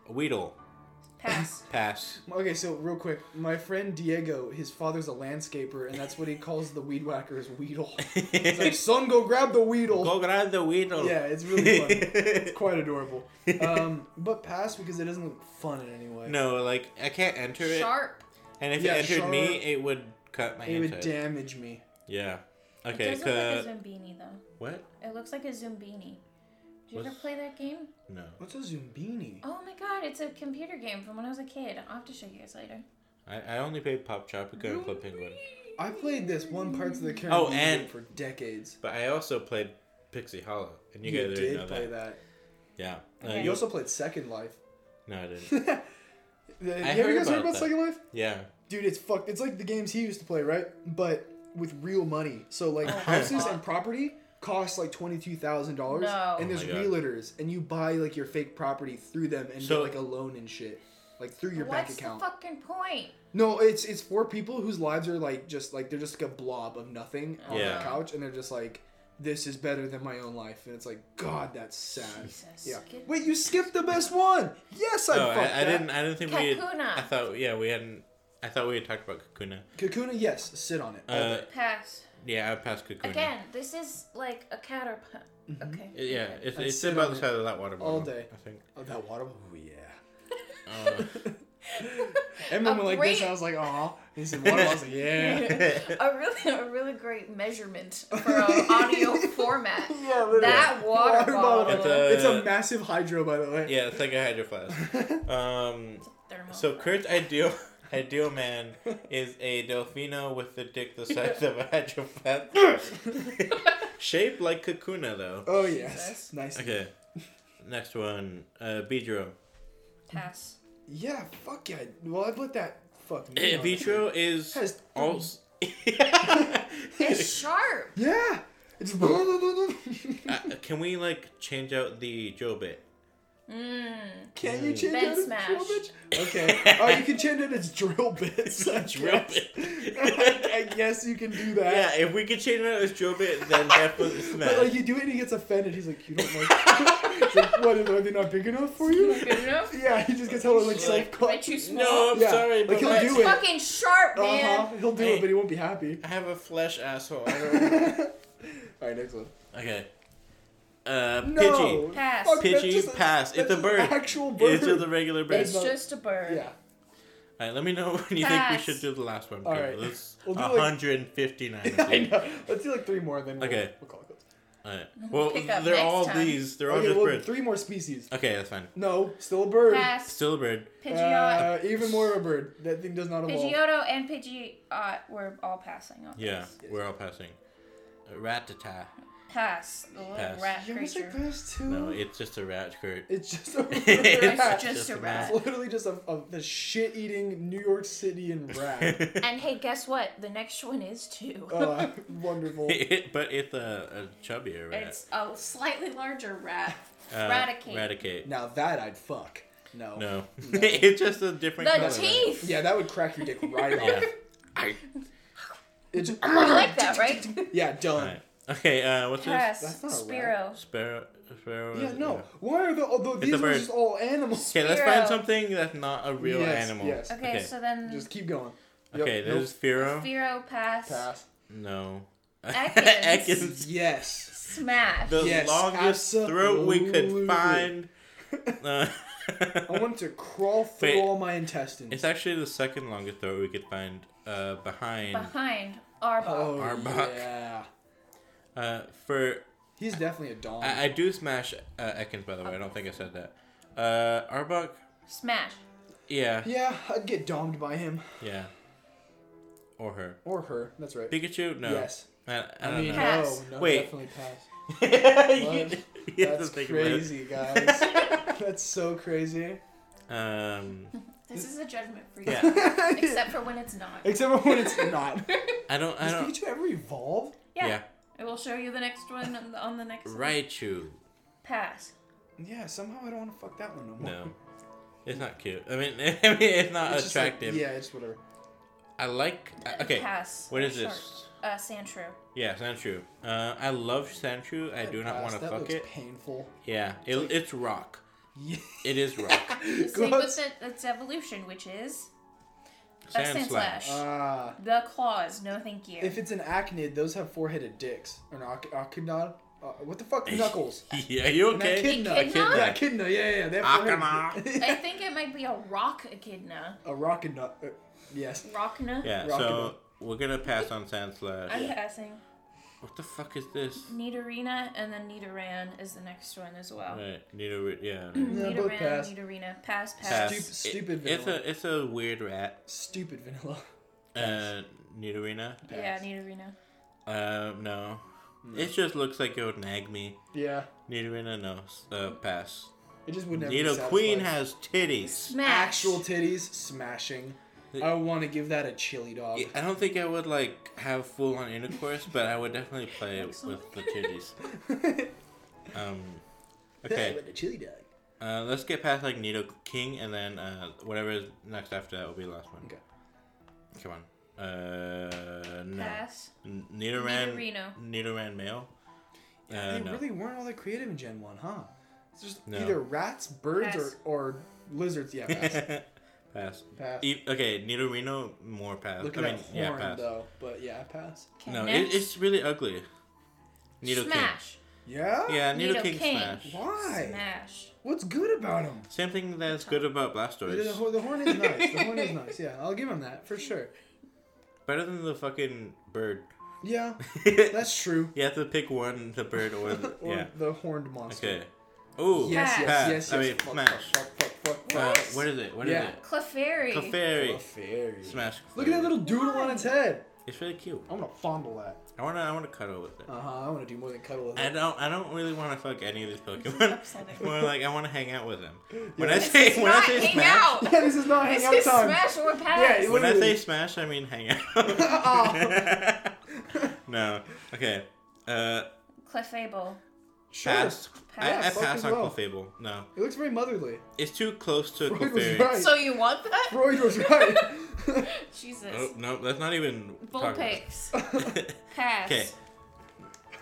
Speaker 2: Weedle.
Speaker 4: Pass.
Speaker 2: Pass.
Speaker 3: Okay, so real quick, my friend Diego, his father's a landscaper, and that's what he calls the weed whacker is Weedle. He's like, son, go grab the Weedle.
Speaker 2: Go grab the Weedle.
Speaker 3: Yeah, it's really funny. it's quite adorable. Um, but pass because it doesn't look fun in any way.
Speaker 2: No, like I can't enter it,
Speaker 4: Sharp.
Speaker 2: and if
Speaker 3: Yeah,
Speaker 2: it entered me,
Speaker 3: sharp.
Speaker 2: it would cut my
Speaker 3: It would
Speaker 2: hand.
Speaker 3: damage me.
Speaker 2: yeah.
Speaker 4: it
Speaker 2: Okay.
Speaker 4: doesn't look
Speaker 2: cut-
Speaker 4: like a Zumbini though.
Speaker 2: what?
Speaker 4: It looks like a Zumbini. Did you ever
Speaker 2: What's-
Speaker 4: play that game?
Speaker 2: No.
Speaker 3: What's a zumbini?
Speaker 4: Oh my god, it's a computer game from when I was a kid. I'll have to show you guys later.
Speaker 2: I, I only played Pop Tropico and Club Penguin,
Speaker 3: I played this one Parts of the Caribbean
Speaker 2: Oh, and-
Speaker 3: for decades.
Speaker 2: but I also played Pixie Hollow, and you,
Speaker 3: You
Speaker 2: guys didn't know
Speaker 3: did play
Speaker 2: that.
Speaker 3: that.
Speaker 2: Yeah. No,
Speaker 4: Okay.
Speaker 3: You
Speaker 2: you-
Speaker 3: also played Second Life.
Speaker 2: no, I didn't.
Speaker 3: The-
Speaker 2: heard
Speaker 3: have you guys
Speaker 2: about
Speaker 3: heard about
Speaker 2: that.
Speaker 3: Second Life?
Speaker 2: Yeah.
Speaker 3: Dude, it's fucked. It's like the games he used to play, right? But with real money. So
Speaker 4: Oh
Speaker 3: like houses and property cost like twenty two thousand dollars,
Speaker 4: No.
Speaker 3: and there's
Speaker 2: Oh my God.
Speaker 3: realtors, and you buy like your fake property through them and
Speaker 2: So-
Speaker 3: get like a loan and shit, like through your
Speaker 4: What's
Speaker 3: bank account.
Speaker 4: the fucking point?
Speaker 3: No, it's it's for people whose lives are like just like they're just like a blob of nothing on their
Speaker 2: Yeah.
Speaker 3: couch, and they're just like, this is better than my own life, and it's like, God, that's sad.
Speaker 4: Jesus.
Speaker 3: Yeah.
Speaker 4: Get-
Speaker 3: Wait, you skipped the best one. Yes, I
Speaker 2: Oh,
Speaker 3: fucked
Speaker 2: I, I
Speaker 3: that.
Speaker 2: didn't. I didn't think we. Had,
Speaker 4: Kakuna.
Speaker 2: I thought. Yeah, we hadn't. I thought we had talked about Kakuna.
Speaker 3: Kakuna, yes, sit on it.
Speaker 2: Uh,
Speaker 4: Pass.
Speaker 2: yeah, I passed Kakuna.
Speaker 4: Again, this is like a caterpillar.
Speaker 3: Mm-hmm.
Speaker 4: Okay.
Speaker 2: It- Yeah, it's,
Speaker 3: I'd
Speaker 2: it's
Speaker 3: sit
Speaker 2: about
Speaker 3: on
Speaker 2: the
Speaker 3: it
Speaker 2: size of that water bottle.
Speaker 3: all day.
Speaker 2: I think.
Speaker 3: oh, that water. Oh yeah.
Speaker 2: Uh,
Speaker 3: And when
Speaker 4: A
Speaker 3: we're like this,
Speaker 4: great-
Speaker 3: I was like, "Aw." He said, "What?" I was like, "Yeah."
Speaker 4: a really, a really great measurement for an audio format.
Speaker 3: yeah, literally.
Speaker 4: That water bottle.
Speaker 2: It's a-
Speaker 3: It's a massive hydro, by the way.
Speaker 2: yeah, it's like a hydro flask. Um,
Speaker 4: Thermal.
Speaker 3: Oh,
Speaker 2: so Kurt's ideal ideal man is a Delfino with a dick the size of a hydro flask, shaped like Kakuna though.
Speaker 3: Oh yes.
Speaker 4: Jesus.
Speaker 3: Nice.
Speaker 2: Okay, next one, uh, Beedrill.
Speaker 3: Oh,
Speaker 4: Pass.
Speaker 3: Yeah. Fuck yeah. Well, I'd let that. Fuck.
Speaker 2: Uh, Beedrill is
Speaker 3: Has-
Speaker 2: also.
Speaker 4: It's sharp.
Speaker 3: Yeah. It's.
Speaker 2: Uh, can we like change out the Joe bit?
Speaker 4: Mmm.
Speaker 3: Can
Speaker 2: mm.
Speaker 3: you change
Speaker 4: Ben
Speaker 3: it? as
Speaker 4: smash.
Speaker 3: drill bits? Okay. Oh, you can change it as drill bits. I
Speaker 2: Drill
Speaker 3: guess.
Speaker 2: bit.
Speaker 3: I guess you can do that.
Speaker 2: Yeah, if we could change it out as Joe bit, then definitely
Speaker 3: But like
Speaker 2: smash.
Speaker 3: you do it and he gets offended. He's like, you don't like. He's like, what are they not big enough for you?
Speaker 4: Good enough?
Speaker 3: Yeah, he just gets hella like self
Speaker 4: Am I too
Speaker 3: conscious.
Speaker 4: small?
Speaker 2: No, I'm
Speaker 3: Yeah,
Speaker 2: sorry,
Speaker 3: like,
Speaker 2: but
Speaker 3: he'll
Speaker 2: my-
Speaker 3: do
Speaker 4: It's
Speaker 3: it.
Speaker 4: fucking sharp,
Speaker 3: Uh
Speaker 4: man.
Speaker 3: huh. He'll do
Speaker 2: Hey.
Speaker 3: it, but he won't be happy.
Speaker 2: I have a flesh asshole. I
Speaker 3: All
Speaker 2: don't
Speaker 3: right, next one.
Speaker 2: okay. Uh,
Speaker 3: No.
Speaker 2: Pidgey.
Speaker 4: Pass.
Speaker 3: Fuck, that's
Speaker 2: Pidgey,
Speaker 3: just a-
Speaker 2: pass. It's
Speaker 3: that's
Speaker 2: a
Speaker 3: an
Speaker 2: bird.
Speaker 3: Actual bird.
Speaker 2: It's just a regular bird.
Speaker 4: It's just a bird.
Speaker 3: yeah.
Speaker 2: All right, let me know when you think
Speaker 4: Pass.
Speaker 2: we should do the last one.
Speaker 3: All
Speaker 2: All
Speaker 3: right.
Speaker 2: That's
Speaker 3: We'll do, like-
Speaker 2: 159. of
Speaker 3: I
Speaker 2: these.
Speaker 3: know. Let's do like three more, then we'll,
Speaker 2: Okay.
Speaker 3: we'll call it. quits.
Speaker 2: Alright. Well,
Speaker 4: Pick up
Speaker 2: they're
Speaker 4: next
Speaker 2: all
Speaker 4: time.
Speaker 2: these. They're all
Speaker 3: Okay,
Speaker 2: just
Speaker 3: well,
Speaker 2: birds.
Speaker 3: three more species.
Speaker 2: Okay, that's fine.
Speaker 3: No, still a bird.
Speaker 4: Pass.
Speaker 2: Still a bird.
Speaker 4: Pidgeot.
Speaker 3: Uh, even more of a bird. That thing does not evolve.
Speaker 4: Pidgeotto and Pidgeot were all passing on
Speaker 2: Yeah,
Speaker 4: this.
Speaker 2: we're all passing. Uh, Rat-a-tat.
Speaker 4: Pass. The little
Speaker 2: Pass.
Speaker 4: rat
Speaker 3: You almost
Speaker 4: creature.
Speaker 3: said grass too.
Speaker 2: No, it's just a rat, Kurt.
Speaker 3: it's just a
Speaker 2: It's
Speaker 4: Mm-hmm. It's
Speaker 3: rat.
Speaker 4: just a rat.
Speaker 3: It's literally just a, a, the shit-eating New York Cityan rat.
Speaker 4: And hey, guess what? The next one is too.
Speaker 3: oh, wonderful.
Speaker 2: It- but it's a, a chubbier rat.
Speaker 4: It's a slightly larger rat.
Speaker 2: Uh,
Speaker 4: Radicate.
Speaker 2: Radicate.
Speaker 3: Now that I'd fuck. No.
Speaker 2: No. it's just a different
Speaker 4: the
Speaker 2: color.
Speaker 4: teeth.
Speaker 3: Yeah, that would crack your dick right
Speaker 2: Yeah.
Speaker 3: off. It's
Speaker 4: You like that, right?
Speaker 3: yeah, done.
Speaker 2: Alright. Okay, uh, what's
Speaker 4: Pass.
Speaker 3: That's not a rat.
Speaker 4: Spiro.
Speaker 2: this? Sparrow. Sparrow.
Speaker 3: Yeah, no. Why are the although
Speaker 2: It's
Speaker 3: these
Speaker 2: a
Speaker 3: are
Speaker 2: bird.
Speaker 3: just all animals?
Speaker 2: Okay, let's find
Speaker 4: Sparrow.
Speaker 2: something that's not a real
Speaker 3: Yes,
Speaker 2: animal.
Speaker 3: yes.
Speaker 4: Okay,
Speaker 2: Okay.
Speaker 4: so then
Speaker 3: Just keep going. Yep,
Speaker 2: Okay,
Speaker 3: nope,
Speaker 2: there's Firo.
Speaker 4: Spiro pass.
Speaker 3: pass.
Speaker 2: no.
Speaker 4: Ekans.
Speaker 2: Ekans.
Speaker 3: Yes.
Speaker 4: Smash.
Speaker 2: The
Speaker 3: Yes,
Speaker 2: longest throat we
Speaker 3: absolutely.
Speaker 2: could find. Uh,
Speaker 3: I want to crawl through
Speaker 2: Wait.
Speaker 3: all my intestines.
Speaker 2: it's actually the second longest throat we could find uh, behind.
Speaker 4: Behind Arbok.
Speaker 3: oh
Speaker 2: Arbok.
Speaker 3: yeah.
Speaker 2: Uh, for
Speaker 3: He's definitely a dog.
Speaker 2: I, I do smash uh, Ekans, by the way. I don't think I said that. Uh, Arbok.
Speaker 4: Smash.
Speaker 2: Yeah,
Speaker 3: yeah, I'd get domed by him
Speaker 2: yeah. Or her.
Speaker 3: or her. That's right.
Speaker 2: Pikachu? No.
Speaker 3: Yes.
Speaker 2: I, I
Speaker 3: I,
Speaker 2: don't know.
Speaker 3: mean,
Speaker 4: Pass.
Speaker 3: no, no,
Speaker 2: Wait.
Speaker 3: definitely pass.
Speaker 2: You- you have to
Speaker 3: That's
Speaker 2: think about it.
Speaker 3: crazy, guys. That's so crazy.
Speaker 2: Um,
Speaker 4: This is a judgment free
Speaker 2: Yeah.
Speaker 4: zone. Except for when it's not.
Speaker 3: Except for when it's not.
Speaker 2: I don't. I
Speaker 3: Does
Speaker 2: don't.
Speaker 3: Pikachu ever evolve?
Speaker 4: Yeah.
Speaker 2: yeah.
Speaker 4: I will show you the next one on the, on the next one.
Speaker 2: Raichu.
Speaker 4: Pass.
Speaker 3: Yeah, somehow I don't want to fuck that one no more.
Speaker 2: No. It's not cute. I mean, I mean it's not
Speaker 3: It's just like-
Speaker 2: attractive.
Speaker 3: yeah, it's whatever.
Speaker 2: I like. I- Okay.
Speaker 4: Pass.
Speaker 2: What is
Speaker 4: Shark.
Speaker 2: this?
Speaker 4: Uh, Sandshrew.
Speaker 2: Yeah, Sandshrew. Uh, I love Sandshrew. I do not
Speaker 3: Pass,
Speaker 2: want to
Speaker 3: that
Speaker 2: fuck
Speaker 3: looks
Speaker 2: it.
Speaker 3: Painful.
Speaker 2: Yeah, it, it's rock.
Speaker 3: Yeah.
Speaker 2: It is rock.
Speaker 4: Same
Speaker 3: God.
Speaker 4: with it- its evolution, which is a
Speaker 2: Sand slash.
Speaker 3: Ah,
Speaker 4: The claws. No, thank you.
Speaker 3: if it's an acnid, those have four-headed dicks. Or an ac- acnidad. Uh, what the fuck? Knuckles.
Speaker 2: yeah, you
Speaker 3: An
Speaker 2: okay?
Speaker 3: echidna.
Speaker 4: Echidna?
Speaker 3: Yeah, echidna. Yeah, yeah, yeah. They have four-headed.
Speaker 4: I think it might be a rock echidna.
Speaker 3: A rockidna. Uh, yes.
Speaker 4: Rockna.
Speaker 2: Yeah.
Speaker 3: Rock
Speaker 2: So we're gonna pass on Sand slash.
Speaker 4: I'm passing.
Speaker 2: What the fuck is this?
Speaker 4: Nidorina and then Nidoran is the next one as well.
Speaker 2: Right. Nidoran. Yeah.
Speaker 3: Yeah, both
Speaker 4: Nidoran,
Speaker 3: pass.
Speaker 4: Nidorina. Pass, pass.
Speaker 2: Pass.
Speaker 3: Stup-
Speaker 2: It-
Speaker 3: stupid
Speaker 2: it's
Speaker 3: vanilla.
Speaker 2: a it's a weird rat.
Speaker 3: Stupid vanilla.
Speaker 2: Uh, Nidorina.
Speaker 4: Yeah,
Speaker 3: Pass.
Speaker 4: Nidorina.
Speaker 2: Uh, no. It just looks like it would nag me.
Speaker 3: Yeah.
Speaker 2: Nidorina, no. S- Uh, pass.
Speaker 3: It just would never. be
Speaker 2: Nido Queen
Speaker 3: satisfied.
Speaker 2: has titties.
Speaker 4: Smash.
Speaker 3: actual titties smashing.
Speaker 2: The-
Speaker 3: I want to give that a chili dog.
Speaker 2: I don't think I would like have full on intercourse, but I would definitely play with
Speaker 4: Excellent.
Speaker 2: the titties. Um,
Speaker 3: I
Speaker 2: okay.
Speaker 3: want a chili dog.
Speaker 2: Uh, let's get past like Nido King, and then uh, whatever is next after that will be the last one.
Speaker 3: Okay.
Speaker 2: Come on. Uh, no.
Speaker 4: Pass.
Speaker 2: N- Nidoran.
Speaker 4: Nidorino.
Speaker 2: Nidoran male.
Speaker 3: Yeah,
Speaker 2: Uh,
Speaker 3: they
Speaker 2: no.
Speaker 3: really weren't all that creative in Gen One, huh? It's just
Speaker 2: No.
Speaker 3: either rats, birds,
Speaker 4: Pass.
Speaker 3: or, or lizards. Yeah, pass.
Speaker 2: pass.
Speaker 3: pass.
Speaker 2: E- okay, Nidorino, more pass.
Speaker 3: Look
Speaker 2: I
Speaker 3: at
Speaker 2: mean,
Speaker 3: that horn
Speaker 2: yeah, pass.
Speaker 3: though, but yeah, pass.
Speaker 4: Okay,
Speaker 2: No, it,
Speaker 4: next.
Speaker 2: it's really ugly. Nido
Speaker 4: Smash.
Speaker 3: Yeah.
Speaker 2: King. Yeah, Nido,
Speaker 4: Nido
Speaker 2: King,
Speaker 4: King.
Speaker 2: Smash.
Speaker 3: Why?
Speaker 4: Smash.
Speaker 3: What's good about him?
Speaker 2: Same thing that's good about
Speaker 3: The, the
Speaker 2: Blastoise.
Speaker 3: ho- the horn is nice. The horn is nice. Yeah, I'll give him that for sure.
Speaker 2: Better than the fucking bird.
Speaker 3: Yeah, that's true.
Speaker 2: you have to pick one, the bird or the
Speaker 3: Or
Speaker 2: yeah.
Speaker 3: the horned monster.
Speaker 2: Okay. Oh.
Speaker 3: Yes, yes,
Speaker 2: Pass.
Speaker 3: yes, yes.
Speaker 2: I mean,
Speaker 3: fuck,
Speaker 2: smash.
Speaker 3: Fuck, fuck, fuck, fuck,
Speaker 2: Uh,
Speaker 3: fuck.
Speaker 2: what is it? What is
Speaker 3: Yeah.
Speaker 4: Clefairy.
Speaker 2: it? Clefairy.
Speaker 3: Clefairy.
Speaker 2: Smash.
Speaker 3: Look at that
Speaker 2: Clefairy.
Speaker 3: little doodle on its head.
Speaker 2: It's really cute.
Speaker 3: I'm gonna fondle that.
Speaker 2: I wanna. I wanna cuddle with it.
Speaker 3: Uh huh. I want to do more than cuddle with
Speaker 2: I
Speaker 3: it.
Speaker 2: don't. I don't really want to fuck any of these
Speaker 4: is
Speaker 2: Pokemon.
Speaker 4: upsetting.
Speaker 2: More like I want to hang out with them. When I
Speaker 3: This
Speaker 2: say
Speaker 4: It's
Speaker 2: when I
Speaker 4: not
Speaker 2: say
Speaker 4: hang
Speaker 2: smash,
Speaker 4: out.
Speaker 3: Yeah, this is not
Speaker 4: This
Speaker 3: hangout
Speaker 4: is
Speaker 3: time.
Speaker 4: smash or
Speaker 3: Yeah,
Speaker 4: pass.
Speaker 3: it
Speaker 2: When I
Speaker 3: Literally.
Speaker 2: say smash, I mean hang out.
Speaker 3: Oh.
Speaker 2: no. Okay. Uh,
Speaker 4: Clefable.
Speaker 3: Sure.
Speaker 2: pass. I, I
Speaker 4: Pass.
Speaker 2: pass
Speaker 3: Fucking
Speaker 2: on
Speaker 3: well.
Speaker 2: Clefable. No,
Speaker 3: It looks very motherly.
Speaker 2: it's too close to
Speaker 3: Freud was
Speaker 2: Clefairy.
Speaker 3: right.
Speaker 4: So you want that?
Speaker 3: Freud was right.
Speaker 4: Jesus.
Speaker 2: Oh no, that's not even. talk about it.
Speaker 4: Vulpix. Pass.
Speaker 2: Okay.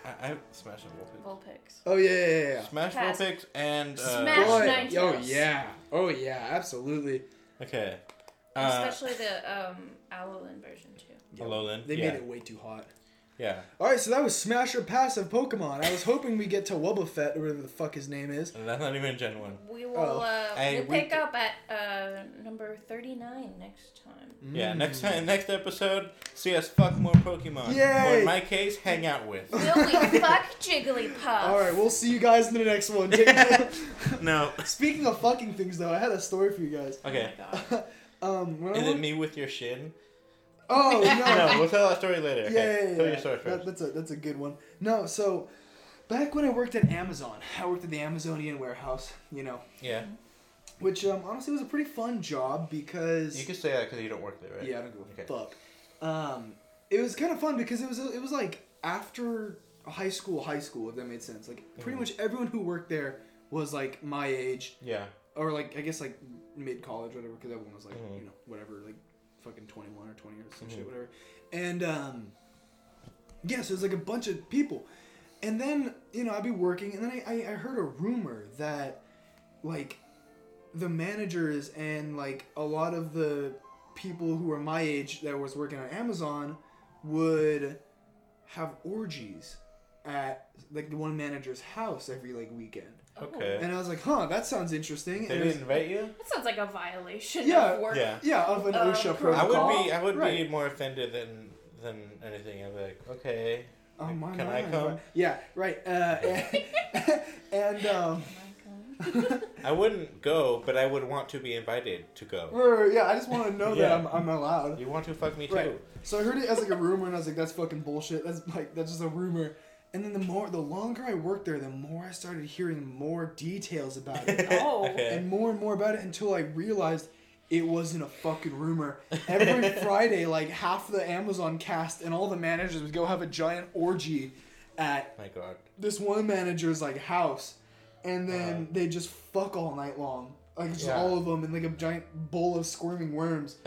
Speaker 2: I, I smash a
Speaker 4: Vulpix.
Speaker 3: oh yeah, yeah, yeah.
Speaker 2: Smash
Speaker 4: Pass.
Speaker 2: Vulpix and uh,
Speaker 3: yeah.
Speaker 4: Smash
Speaker 3: Boy,
Speaker 4: Ninetales.
Speaker 3: oh yeah. Oh yeah. Absolutely.
Speaker 2: Okay. Uh,
Speaker 4: Especially the um, Alolan version too.
Speaker 2: Alolan.
Speaker 3: They
Speaker 2: Uh, yeah.
Speaker 3: made it way too hot.
Speaker 2: Yeah.
Speaker 3: All right, so that was Smash or Pass of Pokemon. I was hoping we get to Wobbuffet or whatever the fuck his name is.
Speaker 2: And that's not even Gen 1.
Speaker 4: We will
Speaker 3: Oh.
Speaker 4: uh,
Speaker 2: Hey,
Speaker 4: we'll
Speaker 2: we
Speaker 4: pick
Speaker 2: d-
Speaker 4: up at uh, number 39 next time.
Speaker 2: Yeah,
Speaker 3: Hmm.
Speaker 2: next time, next episode, see us fuck more Pokemon. Or
Speaker 3: Yay!
Speaker 2: in my case, hang out with.
Speaker 4: Will we fuck Jigglypuff?
Speaker 3: Mm. All right, we'll see you guys in the next one. Take care.
Speaker 2: no.
Speaker 3: Speaking of fucking things, though, I had a story for you guys.
Speaker 2: Okay.
Speaker 4: Oh my God.
Speaker 3: Um, when I
Speaker 2: Is it
Speaker 3: went-
Speaker 2: me with your shin?
Speaker 3: oh no,
Speaker 2: No, we'll tell that story later.
Speaker 3: yeah,
Speaker 2: okay.
Speaker 3: yeah, yeah,
Speaker 2: Tell
Speaker 3: yeah.
Speaker 2: your story
Speaker 3: That-
Speaker 2: first.
Speaker 3: that's a that's a good one. No, so back when I worked at Amazon, I worked at the Amazonian warehouse. You know,
Speaker 2: Yeah.
Speaker 3: which um, honestly was a pretty fun job because
Speaker 2: You can say that because you don't work there, right?
Speaker 3: Yeah, I don't give a
Speaker 2: Okay.
Speaker 3: fuck. Um, it was kind of fun because it was it was like after high school, high school, if that made sense. Like
Speaker 2: Mm-hmm.
Speaker 3: pretty much everyone who worked there was like my age,
Speaker 2: Yeah.
Speaker 3: or like I guess like mid college, whatever. Because everyone was like
Speaker 2: Mhm.
Speaker 3: you know whatever, like fucking twenty one or twenty or some shit, whatever. And um, yeah, so it was like a bunch of people, and then you know I'd be working, and then I I, I heard a rumor that like the managers and like a lot of the people who were my age that was working on Amazon would have orgies at like the one manager's house every like weekend.
Speaker 2: Okay.
Speaker 3: And I was like, huh, that sounds interesting.
Speaker 2: They
Speaker 3: And it was-
Speaker 2: didn't invite you?
Speaker 4: That sounds like a violation
Speaker 3: Yeah.
Speaker 4: of work.
Speaker 2: Yeah.
Speaker 3: yeah, of an
Speaker 4: Uh,
Speaker 3: OSHA
Speaker 4: pro-
Speaker 2: I
Speaker 3: protocol.
Speaker 2: would be I would
Speaker 3: Right.
Speaker 2: be more offended than than anything. I'd be like, okay.
Speaker 3: Oh my
Speaker 2: Can I
Speaker 3: mind,
Speaker 2: come?
Speaker 3: right. Yeah, right. Uh, and um,
Speaker 2: I wouldn't go, but I would want to be invited to go.
Speaker 3: yeah, I just want to know that
Speaker 2: Yeah.
Speaker 3: I'm, I'm allowed.
Speaker 2: You want to fuck me too?
Speaker 3: Right. So I heard it as like a rumor, and I was like, "That's fucking bullshit. That's like that's just a rumor." And then the more, the longer I worked there, the more I started hearing more details about it,
Speaker 4: Oh.
Speaker 2: Okay.
Speaker 3: and more and more about it until I realized it wasn't a fucking rumor. Every Friday, like half the Amazon cast and all the managers would go have a giant orgy at
Speaker 2: My God.
Speaker 3: this one manager's like house, and then
Speaker 2: Uh.
Speaker 3: they just fuck all night long, like just
Speaker 2: Yeah.
Speaker 3: all of them in like a giant bowl of squirming worms.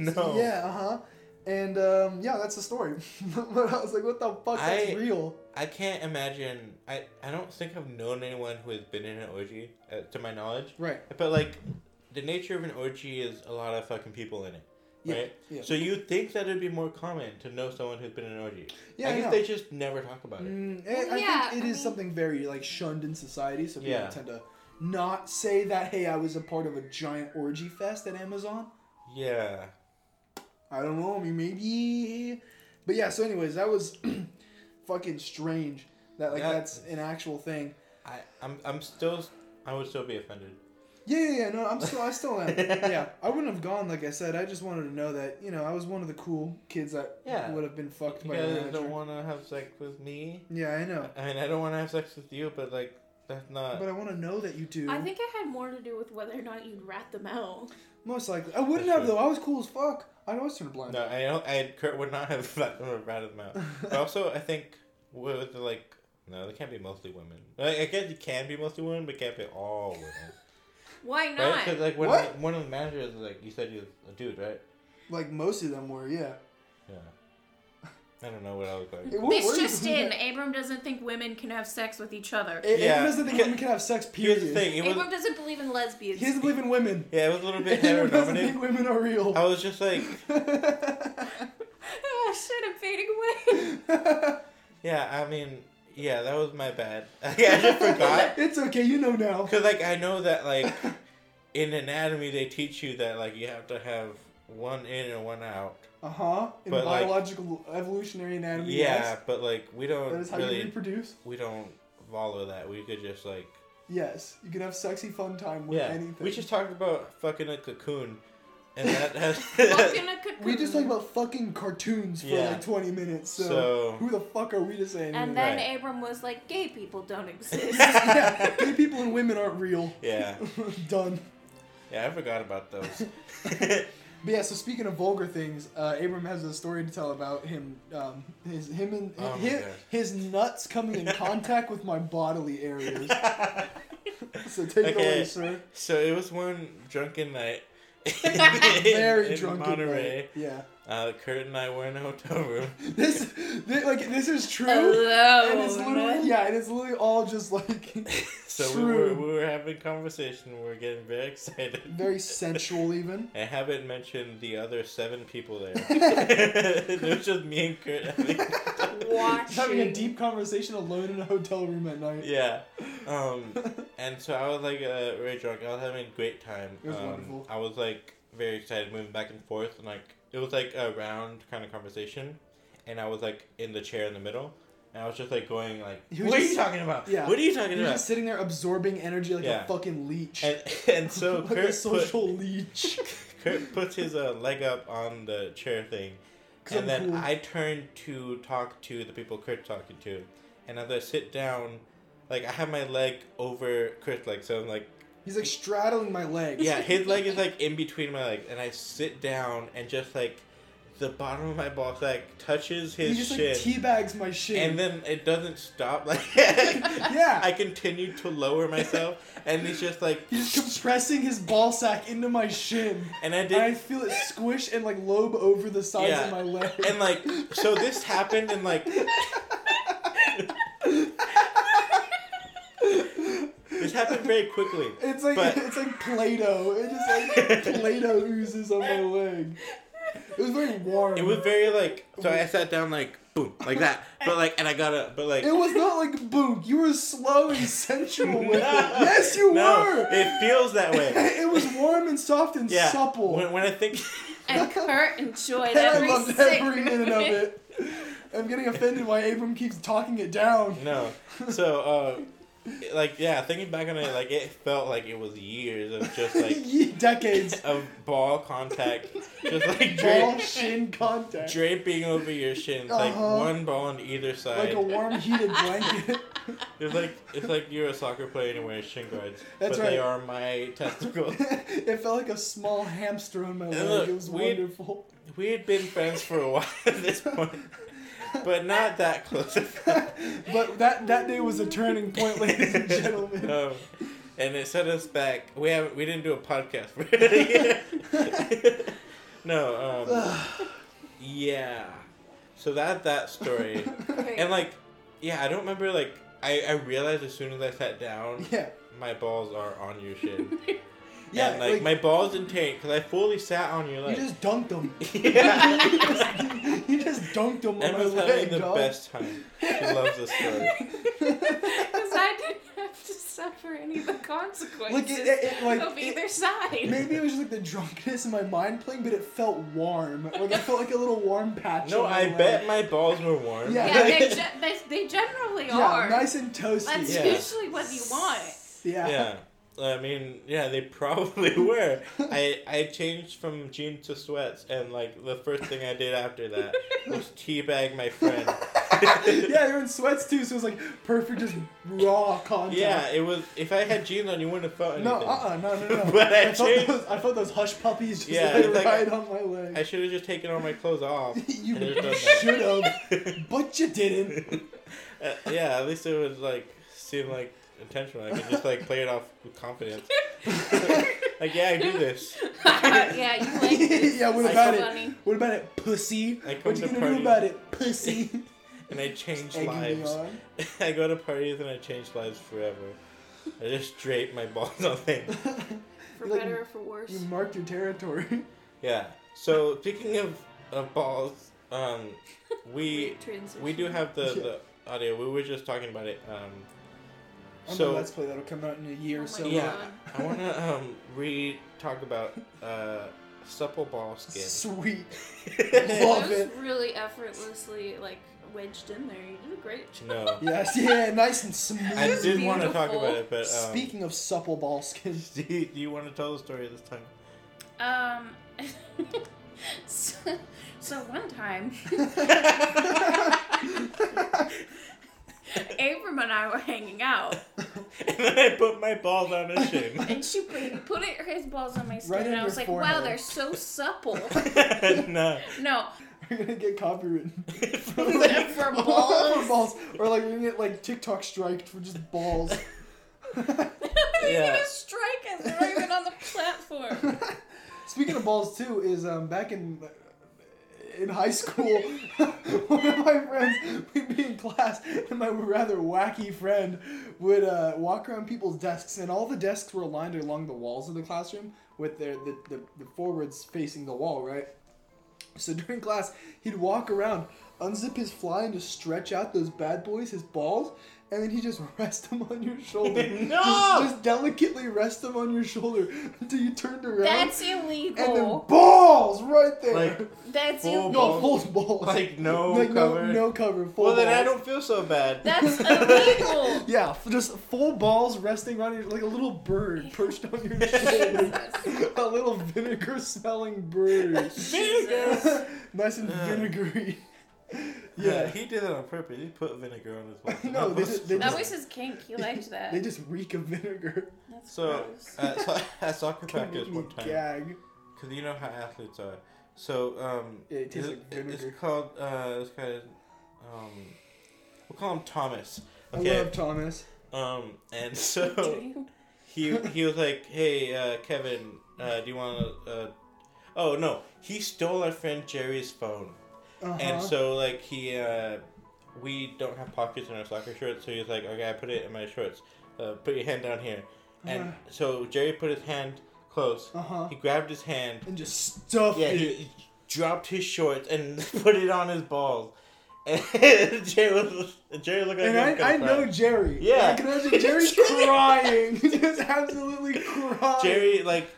Speaker 2: No.
Speaker 3: Yeah, uh huh. And um, yeah, that's the story. but I was like, what the fuck? That's
Speaker 2: I-
Speaker 3: real.
Speaker 2: I can't imagine. I, I don't think I've known anyone who has been in an orgy, uh, to my knowledge.
Speaker 3: Right.
Speaker 2: But like, the nature of an orgy is a lot of fucking people in it,
Speaker 3: Yeah,
Speaker 2: right?
Speaker 3: yeah.
Speaker 2: So you'd think that it'd be more common to know someone who's been in an orgy.
Speaker 3: Yeah,
Speaker 2: I
Speaker 3: I
Speaker 2: guess
Speaker 3: know.
Speaker 2: they just never talk about it.
Speaker 3: Mm, I,
Speaker 4: Well,
Speaker 3: I
Speaker 4: yeah,
Speaker 3: think it
Speaker 4: I
Speaker 3: is
Speaker 4: mean-
Speaker 3: something very like shunned in society, so people
Speaker 2: Yeah.
Speaker 3: tend to not say that. Hey, I was a part of a giant orgy fest at Amazon.
Speaker 2: Yeah.
Speaker 3: I don't know. I mean, maybe. But yeah. So, anyways, that was fucking strange. That like
Speaker 2: That-
Speaker 3: that's an actual thing.
Speaker 2: I I'm I'm still I would still be offended.
Speaker 3: Yeah, yeah, yeah. No, I'm still, I still am. yeah, I wouldn't have gone. Like I said, I just wanted to know that you know I was one of the cool kids that
Speaker 2: Yeah.
Speaker 3: would have been fucked
Speaker 2: You
Speaker 3: by the
Speaker 2: guys
Speaker 3: manager.
Speaker 2: don't want to have sex with me.
Speaker 3: yeah, I know.
Speaker 2: I mean, I don't want to have sex with you, but like, that's not.
Speaker 3: But I want to know that you do.
Speaker 4: I think it had more to do with whether or not you'd rat them out.
Speaker 3: Most likely, I wouldn't
Speaker 2: That's
Speaker 3: have
Speaker 2: true.
Speaker 3: though. I was cool as fuck. I'd always turn a blind.
Speaker 2: No, I don't. I Kurt would not have flat- uh, ratted them out. But also, I think with the, like no, they can't be mostly women. Like, I guess it can be mostly women, but it can't be all women,
Speaker 4: Why
Speaker 2: right?
Speaker 4: not?
Speaker 2: Because uh, like when
Speaker 3: What?
Speaker 2: the- one of the managers, like you said, you was a dude, right?
Speaker 3: Like most of them were. Yeah.
Speaker 2: Yeah. I don't know what I was like.
Speaker 3: It,
Speaker 4: this just in, Abram doesn't think women can have sex with each other.
Speaker 3: It,
Speaker 2: Yeah.
Speaker 3: yeah. doesn't think women can have sex. Period.
Speaker 2: Here's the thing. It
Speaker 4: Abram
Speaker 2: was
Speaker 4: doesn't believe in lesbians.
Speaker 3: He doesn't believe in women.
Speaker 2: yeah, it was a little bit
Speaker 3: Abram doesn't
Speaker 2: heteronormative.
Speaker 3: think women are real.
Speaker 2: I was just like,
Speaker 4: oh shit, I'm fading away.
Speaker 2: yeah. I mean, yeah, that was my bad. I just forgot.
Speaker 3: it's okay. You know now.
Speaker 2: Because like I know that like in anatomy they teach you that like you have to have one in and one out.
Speaker 3: Uh huh. In
Speaker 2: But, like-
Speaker 3: biological evolutionary anatomy.
Speaker 2: Yeah,
Speaker 3: yes.
Speaker 2: but like we
Speaker 3: That
Speaker 2: don't
Speaker 3: is how you
Speaker 2: really
Speaker 3: reproduce.
Speaker 2: we don't follow that. We could just like
Speaker 3: Yes, you can have sexy fun time with
Speaker 2: yeah.
Speaker 3: anything.
Speaker 2: We just talked about fucking a cocoon, and that
Speaker 4: Fucking
Speaker 2: has
Speaker 4: a cocoon.
Speaker 3: we just talked about fucking cartoons for
Speaker 2: Yeah.
Speaker 3: like twenty minutes. So,
Speaker 2: So-
Speaker 3: who the fuck are we to say anything?
Speaker 4: And then
Speaker 2: Right.
Speaker 4: Abram was like, "Gay people don't exist."
Speaker 3: yeah, gay people and women aren't real.
Speaker 2: yeah
Speaker 3: Done.
Speaker 2: yeah. I forgot about those.
Speaker 3: But yeah, so speaking of vulgar things, uh, Abram has a story to tell about him, um, his him and
Speaker 2: Oh my
Speaker 3: his,
Speaker 2: God.
Speaker 3: his nuts coming in contact with my bodily areas. so take it
Speaker 2: Okay.
Speaker 3: away, sir.
Speaker 2: so it was one drunken night.
Speaker 3: Very
Speaker 2: in
Speaker 3: drunk. at night.
Speaker 2: Monterey,
Speaker 3: Yeah.
Speaker 2: uh, Kurt and I were in a hotel room.
Speaker 3: This, thi- like this is true.
Speaker 4: Hello.
Speaker 3: and it's literally yeah, and it's literally all just like
Speaker 2: So we were,
Speaker 3: true,
Speaker 2: we were having conversation. We were getting very excited.
Speaker 3: very sensual even.
Speaker 2: I haven't mentioned the other seven people there. it was just me and Kurt. having-
Speaker 4: watching.
Speaker 3: Having a deep conversation alone in a hotel room at night.
Speaker 2: yeah. Um, and so I was like uh, very drunk. I was having a great time.
Speaker 3: It was
Speaker 2: um,
Speaker 3: wonderful.
Speaker 2: I was like very excited, moving back and forth, and like it was like a round kind of conversation. And I was like in the chair in the middle, and I was just like going like,
Speaker 3: You
Speaker 2: "What are
Speaker 3: just-
Speaker 2: you talking about?
Speaker 3: Yeah.
Speaker 2: What are you talking
Speaker 3: You're
Speaker 2: about?"
Speaker 3: just sitting there absorbing energy like
Speaker 2: Yeah.
Speaker 3: a fucking leech.
Speaker 2: And and so
Speaker 3: like a
Speaker 2: Kurt, put,
Speaker 3: social leech.
Speaker 2: Kurt puts his uh, leg up on the chair thing,
Speaker 3: 'Cause I'm
Speaker 2: and then
Speaker 3: cool.
Speaker 2: I turn to talk to the people Kurt's talking to, and as I sit down, like I have my leg over Kurt's leg, so I'm like,
Speaker 3: He's like straddling my leg.
Speaker 2: yeah, his leg is like in between my legs, and I sit down and just like the bottom of my ball sack touches
Speaker 3: He
Speaker 2: his
Speaker 3: just
Speaker 2: shin,
Speaker 3: like teabags my shit.
Speaker 2: and then it doesn't stop. Like,
Speaker 3: Yeah.
Speaker 2: I continue to lower myself, and it's just like,
Speaker 3: He's compressing his ball sack into my shin.
Speaker 2: and I
Speaker 3: And I
Speaker 2: did.
Speaker 3: feel it squish and like lobe over the sides
Speaker 2: Yeah.
Speaker 3: of my leg.
Speaker 2: And like, so this happened in like this happened very quickly.
Speaker 3: it's like
Speaker 2: but-
Speaker 3: it's like Play-Doh. It just like Play-Doh oozes on my leg. It was very warm.
Speaker 2: It was very like so I sat down like boom like that, but like and I got to but like
Speaker 3: It was not like boom. You were slow and sensual with it. Yes, you
Speaker 2: no,
Speaker 3: were.
Speaker 2: it feels that way.
Speaker 3: it was warm and soft and
Speaker 2: Yeah,
Speaker 3: supple.
Speaker 2: When, when I think
Speaker 4: And Kurt enjoyed
Speaker 3: and I
Speaker 4: every
Speaker 3: loved every minute of it. I'm getting offended why Abram keeps talking it down.
Speaker 2: no, so uh, like yeah, thinking back on it, like it felt like it was years of just like
Speaker 3: Ye- Decades.
Speaker 2: of ball contact, just like
Speaker 3: Ball
Speaker 2: dra-
Speaker 3: shin contact.
Speaker 2: draping over your shins, like
Speaker 3: Uh-huh.
Speaker 2: one ball on either side.
Speaker 3: Like a warm heated blanket.
Speaker 2: It's like it's like you're a soccer player and you wear shin guards,
Speaker 3: That's
Speaker 2: but they
Speaker 3: right.
Speaker 2: are my testicles.
Speaker 3: it felt like a small hamster on my
Speaker 2: And
Speaker 3: leg.
Speaker 2: look,
Speaker 3: it was
Speaker 2: we-
Speaker 3: wonderful.
Speaker 2: we had been friends for a while at this point, but not that close.
Speaker 3: But that that day was a turning point, ladies and gentlemen.
Speaker 2: um, and it set us back. We haven't we didn't do a podcast for it. no, um, yeah. So that that story, and like, yeah, I don't remember like. I, I realized as soon as I sat down,
Speaker 3: yeah.
Speaker 2: my balls are on your shin.
Speaker 3: Yeah.
Speaker 2: and like, my balls didn't taint because I fully sat on your
Speaker 3: you
Speaker 2: leg.
Speaker 3: just dunked them.
Speaker 2: yeah.
Speaker 3: you, just, you just dunked them on my
Speaker 2: Emma's
Speaker 3: leg,
Speaker 2: having the
Speaker 3: dog.
Speaker 2: best time. She loves this story.
Speaker 4: Because I didn't have to suffer any of the consequences
Speaker 3: Look, it, it, it, like
Speaker 4: of
Speaker 3: it-
Speaker 4: either side.
Speaker 3: Maybe it was just like the drunkenness in my mind playing, but it felt warm. Like I felt like a little warm patch.
Speaker 2: No,
Speaker 3: on my
Speaker 2: I
Speaker 3: leg.
Speaker 2: bet my balls were warm.
Speaker 3: Yeah.
Speaker 4: yeah, they, ge- they, they generally
Speaker 3: Yeah,
Speaker 4: are.
Speaker 3: nice and toasty.
Speaker 4: That's
Speaker 2: Yeah.
Speaker 4: usually what you want.
Speaker 3: Yeah.
Speaker 2: Yeah. I mean, yeah, they probably were. I I changed from jeans to sweats, and like the first thing I did after that was teabag my friend.
Speaker 3: Yeah, you're in sweats too, so it's like perfect, just raw contact.
Speaker 2: Yeah, it was. If I had jeans on, you wouldn't have felt anything.
Speaker 3: No, uh, uh no, no, no.
Speaker 2: But I
Speaker 3: felt
Speaker 2: changed-
Speaker 3: those, I felt those hush puppies just
Speaker 2: Yeah,
Speaker 3: like,
Speaker 2: it's like-
Speaker 3: right on my leg.
Speaker 2: I should have just taken all my clothes off.
Speaker 3: you
Speaker 2: I should've done
Speaker 3: should have, but you didn't.
Speaker 2: Uh, yeah, at least it was like seem like intentional. I could just like play it off with confidence. like, yeah, I do this.
Speaker 4: yeah, you like this.
Speaker 3: yeah, what
Speaker 4: That's
Speaker 3: about it?
Speaker 4: funny.
Speaker 3: What about it, pussy?
Speaker 2: I come
Speaker 3: What
Speaker 2: to
Speaker 3: you gonna do
Speaker 2: parties.
Speaker 3: about it, pussy?
Speaker 2: and I changed
Speaker 3: Egging me
Speaker 2: lives.
Speaker 3: on.
Speaker 2: I go to parties and I change lives forever. I just drape my balls on things.
Speaker 4: For
Speaker 3: Like-
Speaker 4: better or for worse.
Speaker 3: You marked your territory.
Speaker 2: Yeah. So speaking of, of balls, um, we
Speaker 4: Transition.
Speaker 2: we do have the,
Speaker 3: Yeah.
Speaker 2: the audio. We were just talking about it. Um, So-
Speaker 3: I'm so, let's play that'll come out in a year
Speaker 4: Oh
Speaker 3: or so.
Speaker 4: my
Speaker 2: yeah,
Speaker 4: God.
Speaker 2: I want to um re talk about uh, supple ball skin.
Speaker 3: Sweet.
Speaker 4: That
Speaker 3: Love
Speaker 4: was
Speaker 3: it.
Speaker 4: really effortlessly like wedged in there. You did a great job.
Speaker 2: no,
Speaker 3: Yes, yeah, nice and smooth.
Speaker 2: I
Speaker 4: This is
Speaker 2: did want to talk
Speaker 4: beautiful.
Speaker 2: about it, but um,
Speaker 3: Speaking of supple ball skin,
Speaker 2: do you, do you want to tell the story this time?
Speaker 4: Um, so, so one time, Abram and I were hanging out,
Speaker 2: and then I put my balls on a shin.
Speaker 4: and she put, put it, his balls on my skin,
Speaker 3: Right on
Speaker 4: and I
Speaker 3: your
Speaker 4: was like, "Wow,
Speaker 3: forehead."
Speaker 4: they're so supple."
Speaker 2: no.
Speaker 4: no,
Speaker 3: we're gonna get copywritten.
Speaker 4: for
Speaker 3: For
Speaker 4: balls.
Speaker 3: balls. Or like we're gonna get like TikTok striked for just balls.
Speaker 4: They're
Speaker 2: Yeah.
Speaker 4: gonna strike us. They're not even on the platform.
Speaker 3: Speaking of balls too, is um back in in high school, one of my friends, we'd be in class, and my rather wacky friend would uh, walk around people's desks, and all the desks were aligned along the walls of the classroom with their the, the, the forwards facing the wall, right? So during class, he'd walk around unzip his fly and just stretch out those bad boys, his balls, and then he just rests them on your shoulder.
Speaker 2: No!
Speaker 3: Just, just delicately rest them on your shoulder until you turned around.
Speaker 4: That's
Speaker 3: and then
Speaker 4: illegal.
Speaker 3: balls right there.
Speaker 2: Like,
Speaker 4: That's
Speaker 2: full
Speaker 4: illegal.
Speaker 3: no, full balls.
Speaker 2: like no
Speaker 3: like
Speaker 2: cover.
Speaker 3: no no cover. Full
Speaker 2: well, then I
Speaker 3: balls.
Speaker 2: don't feel so bad.
Speaker 4: That's illegal.
Speaker 3: Yeah, f- just full balls resting on your like a little bird perched on your shoulder. a little vinegar smelling bird.
Speaker 4: Jesus.
Speaker 3: nice and
Speaker 2: Ugh.
Speaker 3: vinegary.
Speaker 2: yeah,
Speaker 3: Yeah.
Speaker 2: he did that on purpose. He put vinegar on his balls.
Speaker 3: No, they just- they
Speaker 4: That
Speaker 3: just-
Speaker 4: was his kink. He liked that.
Speaker 3: They just reek of vinegar.
Speaker 4: That's
Speaker 2: So uh,
Speaker 4: gross.
Speaker 2: at, so- at soccer
Speaker 3: Kinda
Speaker 2: practice
Speaker 3: made
Speaker 2: one
Speaker 3: me
Speaker 2: time,
Speaker 3: Gag.
Speaker 2: Because you know how athletes are. So, um,
Speaker 3: Yeah, it tastes
Speaker 2: it-
Speaker 3: like
Speaker 2: it-
Speaker 3: vinegar.
Speaker 2: it's called, uh, it's called, um, we'll call him Thomas.
Speaker 3: I
Speaker 2: Okay.
Speaker 3: love Thomas.
Speaker 2: Um, and
Speaker 4: Do
Speaker 2: so
Speaker 4: you?
Speaker 2: he, he was like, hey, uh, Kevin, uh, do you want to, uh, oh no, he stole our friend Jerry's phone.
Speaker 3: Uh-huh.
Speaker 2: And so, like, he, uh, we don't have pockets in our soccer shorts, so he's like, okay, I put it in my shorts. Uh, put your hand down here. And so Jerry put his hand close.
Speaker 3: Uh-huh.
Speaker 2: He grabbed his hand
Speaker 3: and just stuff
Speaker 2: yeah,
Speaker 3: it.
Speaker 2: he he dropped his shorts and put it on his balls. And Jerry, was, Jerry looked like
Speaker 3: and
Speaker 2: he was
Speaker 3: I, I
Speaker 2: gonna
Speaker 3: know
Speaker 2: cry.
Speaker 3: Jerry.
Speaker 2: Yeah.
Speaker 3: I can imagine Jerry crying. just absolutely crying.
Speaker 2: Jerry like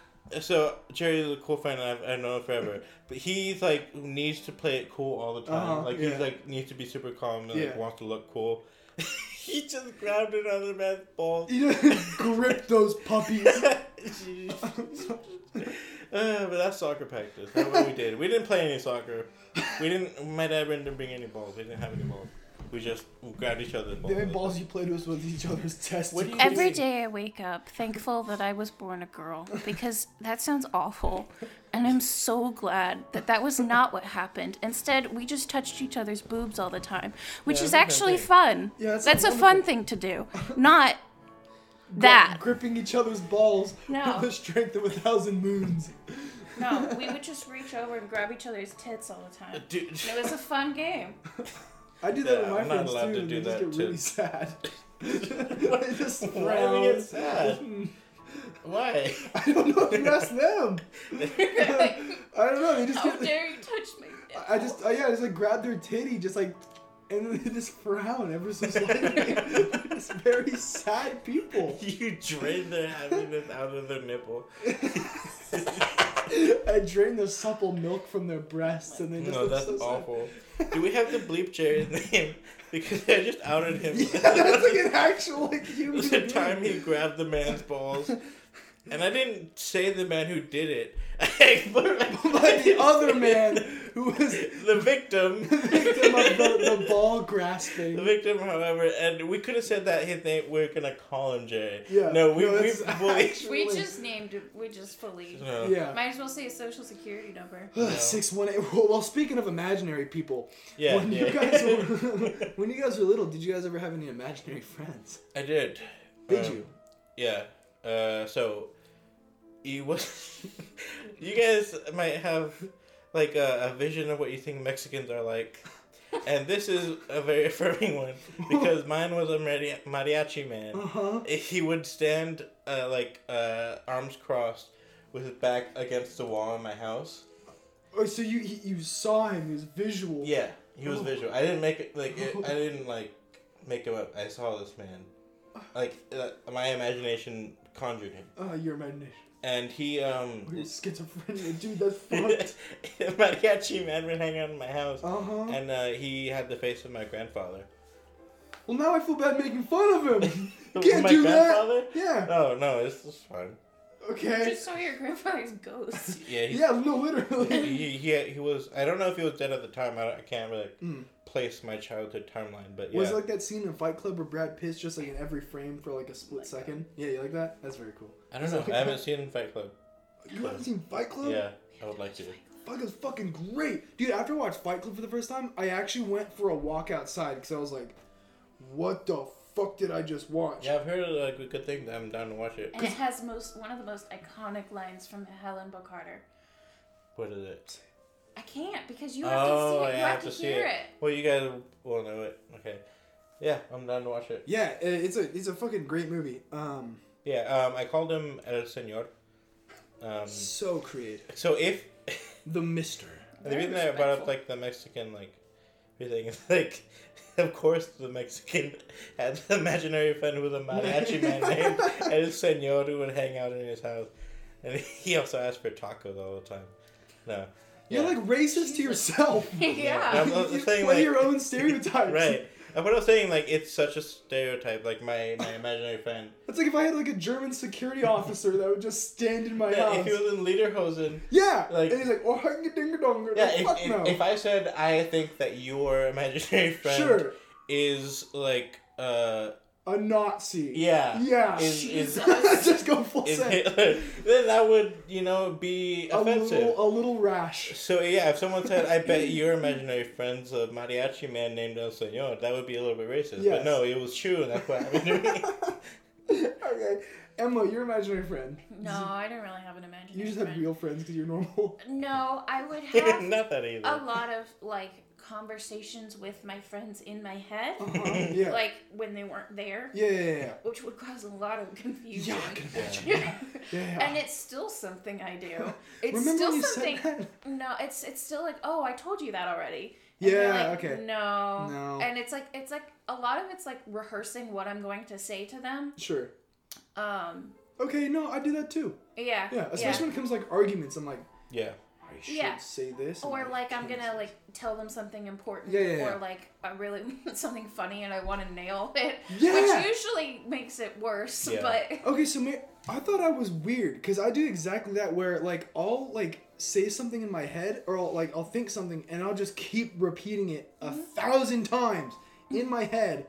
Speaker 2: so Jerry is a cool friend I've I known forever, but he's like who needs to play it cool all the time.
Speaker 3: Uh-huh,
Speaker 2: like
Speaker 3: yeah.
Speaker 2: he's like needs to be super calm and
Speaker 3: Yeah.
Speaker 2: like wants to look cool. he just grabbed another man's balls.
Speaker 3: He just gripped those puppies.
Speaker 2: uh, but that's soccer practice. That's what we did. We didn't play any soccer. We didn't. My dad didn't bring any balls. We didn't have any balls. We just grabbed each other's balls.
Speaker 3: The only balls you played with was each other's
Speaker 2: What do
Speaker 3: testicles.
Speaker 2: you
Speaker 4: Every day I wake up thankful that I was born a girl because that sounds awful. And I'm so glad that that was not what happened. Instead, we just touched each other's boobs all the time, which
Speaker 2: Yeah,
Speaker 4: is
Speaker 2: that's a
Speaker 4: actually
Speaker 2: good
Speaker 4: fun.
Speaker 3: Yeah, that's
Speaker 4: that's a
Speaker 3: wonderful.
Speaker 4: fun thing to do. Not that.
Speaker 3: Gripping each other's balls
Speaker 4: No.
Speaker 3: with the strength of a thousand moons.
Speaker 4: No, we would just reach over and grab each other's tits all the time.
Speaker 2: Uh, Dude,
Speaker 4: And it was a fun game.
Speaker 3: I do that
Speaker 2: Yeah,
Speaker 3: with my
Speaker 2: I'm not
Speaker 3: friends
Speaker 2: allowed
Speaker 3: too,
Speaker 2: to
Speaker 3: and
Speaker 2: do
Speaker 3: they just
Speaker 2: that
Speaker 3: get
Speaker 2: to-
Speaker 3: really sad. they just
Speaker 2: why are we getting
Speaker 3: frown.
Speaker 2: sad? Why?
Speaker 3: I don't know if you ask them. I don't know. They just
Speaker 4: How
Speaker 3: get.
Speaker 4: dare you touch me?
Speaker 3: I just, I, yeah, I just like grab their titty, just like, and then they just frown ever so slightly. it's very sad people.
Speaker 2: You drain their happiness out of their nipple.
Speaker 3: I drain the supple milk from their breasts, and they just
Speaker 2: No,
Speaker 3: look
Speaker 2: that's
Speaker 3: so sad.
Speaker 2: awful. Do we have to bleep Jerry's name because I just outed him?
Speaker 3: Yeah, that's like an actual like human.
Speaker 2: was the
Speaker 3: being.
Speaker 2: time he grabbed the man's balls. And I didn't say the man who did it, but,
Speaker 3: But the other man who was
Speaker 2: the victim,
Speaker 3: victim of the, the ball grasping.
Speaker 2: the victim. However, and we could have said that his name. We're gonna call him Jerry.
Speaker 3: Yeah.
Speaker 2: No, we
Speaker 3: no,
Speaker 2: we
Speaker 3: that's
Speaker 2: bullied.
Speaker 4: We
Speaker 3: actually-
Speaker 4: just named it. We just fully.
Speaker 2: No.
Speaker 3: yeah.
Speaker 4: Might as well say a social security number.
Speaker 3: Six one eight. Well, well, speaking of imaginary people,
Speaker 2: Yeah.
Speaker 3: when
Speaker 2: yeah.
Speaker 3: you guys were when you guys were little, did you guys ever have any imaginary friends?
Speaker 2: I did.
Speaker 3: Did
Speaker 2: Um,
Speaker 3: you?
Speaker 2: Yeah. Uh, so you was you guys might have like a, a vision of what you think Mexicans are like. And this is a very affirming one because mine was a mari- mariachi man.
Speaker 3: Uh huh.
Speaker 2: He would stand uh, like uh, arms crossed with his back against the wall in my house.
Speaker 3: Oh, so you he, you saw him? He was visual.
Speaker 2: Yeah, he was
Speaker 3: Oh.
Speaker 2: visual. I didn't make it like it, I didn't like make him up. I saw this man. Like uh, my imagination conjured him.
Speaker 3: Oh, your imagination.
Speaker 2: and he um
Speaker 3: Your schizophrenia, dude. That's fucked.
Speaker 2: mariachi man would hang out in my house
Speaker 3: Uh huh.
Speaker 2: and uh, he had the face of my grandfather
Speaker 3: Well, now I feel bad making fun of him. Can't do that. Yeah.
Speaker 2: no no it's just fun
Speaker 3: Okay.
Speaker 4: Just saw your grandfather's ghost.
Speaker 2: yeah he,
Speaker 3: Yeah. No, literally.
Speaker 2: he, he, he was i don't know if he was dead at the time i, don't- I can't really
Speaker 3: Mm.
Speaker 2: place my childhood timeline but yeah
Speaker 3: Was it like that scene in Fight Club where Brad Pitt's just like in every frame for like a split second? Yeah, you like that? That's very cool.
Speaker 2: i don't know i haven't seen fight club
Speaker 3: You haven't seen Fight Club?
Speaker 2: yeah i would like to
Speaker 3: Fuck, it was fucking great. Dude, after I watched Fight Club for the first time, I actually went for a walk outside because I was like, what the fuck did I just watch?
Speaker 2: yeah i've heard like a good thing i'm down to watch it
Speaker 4: And it has most one of the most iconic lines from Helen Bocarter.
Speaker 2: what is it Oh,
Speaker 4: I can't because you have to see it. You Oh, have, to, hear it.
Speaker 2: well you guys will know it okay yeah i'm down to watch it
Speaker 3: Yeah, i- it's a it's a fucking great movie. Um,
Speaker 2: Yeah, um, I called him El Señor. Um,
Speaker 3: so creative.
Speaker 2: so if
Speaker 3: The Mister.
Speaker 2: the reason I brought up like the Mexican like everything. It's like, of course, the Mexican had the imaginary friend with a mariachi man named El Senor who would hang out in his house, and he also asked for tacos all the time. No,
Speaker 3: You're
Speaker 2: Yeah.
Speaker 3: like racist to yourself.
Speaker 4: yeah.
Speaker 2: I'm not
Speaker 3: You
Speaker 2: saying,
Speaker 3: play
Speaker 2: like-
Speaker 3: your own stereotypes.
Speaker 2: right. And what I was saying, like, it's such a stereotype. Like my my imaginary friend.
Speaker 3: It's like if I had like a German security officer that would just stand in my
Speaker 2: Yeah, if
Speaker 3: house.
Speaker 2: he was in Lederhosen,
Speaker 3: yeah,
Speaker 2: like-
Speaker 3: and he's like, oh, hang a ding a dong.
Speaker 2: Yeah,
Speaker 3: like,
Speaker 2: if,
Speaker 3: fuck
Speaker 2: if,
Speaker 3: no.
Speaker 2: if I said I think that your imaginary friend
Speaker 3: sure,
Speaker 2: is like uh
Speaker 3: a Nazi.
Speaker 2: yeah
Speaker 3: Yeah.
Speaker 2: is is,
Speaker 3: just go full
Speaker 2: is
Speaker 3: set.
Speaker 2: Hitler, then that would you know be
Speaker 3: A
Speaker 2: offensive.
Speaker 3: little, a little rash.
Speaker 2: So yeah, if someone said I bet your imaginary friend's a mariachi man named El Señor, that would be a little bit racist.
Speaker 3: Yes.
Speaker 2: But no, it was true, and that's what I mean.
Speaker 3: okay, Emma, your imaginary friend.
Speaker 4: No, I don't really have an imagination.
Speaker 3: You just had real friends because you're normal.
Speaker 4: No, I would have
Speaker 2: Not that either.
Speaker 4: a lot of like conversations with my friends in my head,
Speaker 3: Uh-huh. Yeah.
Speaker 4: like when they weren't there,
Speaker 3: yeah, yeah, yeah,
Speaker 4: which would cause a lot of confusion.
Speaker 3: yeah. Yeah, I can imagine. Yeah.
Speaker 4: and it's still something I do. It's
Speaker 3: Remember
Speaker 4: still
Speaker 3: when you
Speaker 4: something.
Speaker 3: said that?
Speaker 4: No, it's it's still like, oh, I told you that already. And you're
Speaker 3: Yeah,
Speaker 4: like,
Speaker 3: okay.
Speaker 4: No.
Speaker 3: No.
Speaker 4: And it's like it's like a lot of it's like rehearsing what I'm going to say to them.
Speaker 3: Sure.
Speaker 4: Um.
Speaker 3: Okay, no, I do that too.
Speaker 4: Yeah.
Speaker 3: Yeah, especially when it comes to, like arguments. I'm like,
Speaker 2: yeah.
Speaker 3: I should
Speaker 4: Yeah.
Speaker 3: say this. and
Speaker 4: Or
Speaker 3: I
Speaker 4: like I'm
Speaker 3: can't
Speaker 4: gonna
Speaker 3: say
Speaker 4: like tell them something important,
Speaker 3: Yeah, yeah, yeah.
Speaker 4: or like I really something funny and I want to nail it,
Speaker 3: Yeah.
Speaker 4: which usually makes it worse.
Speaker 2: Yeah.
Speaker 4: But
Speaker 3: Okay, so ma- I thought I was weird because I do exactly that where like I'll like say something in my head or I'll, like I'll think something and I'll just keep repeating it a
Speaker 4: Mm-hmm.
Speaker 3: thousand times in my head.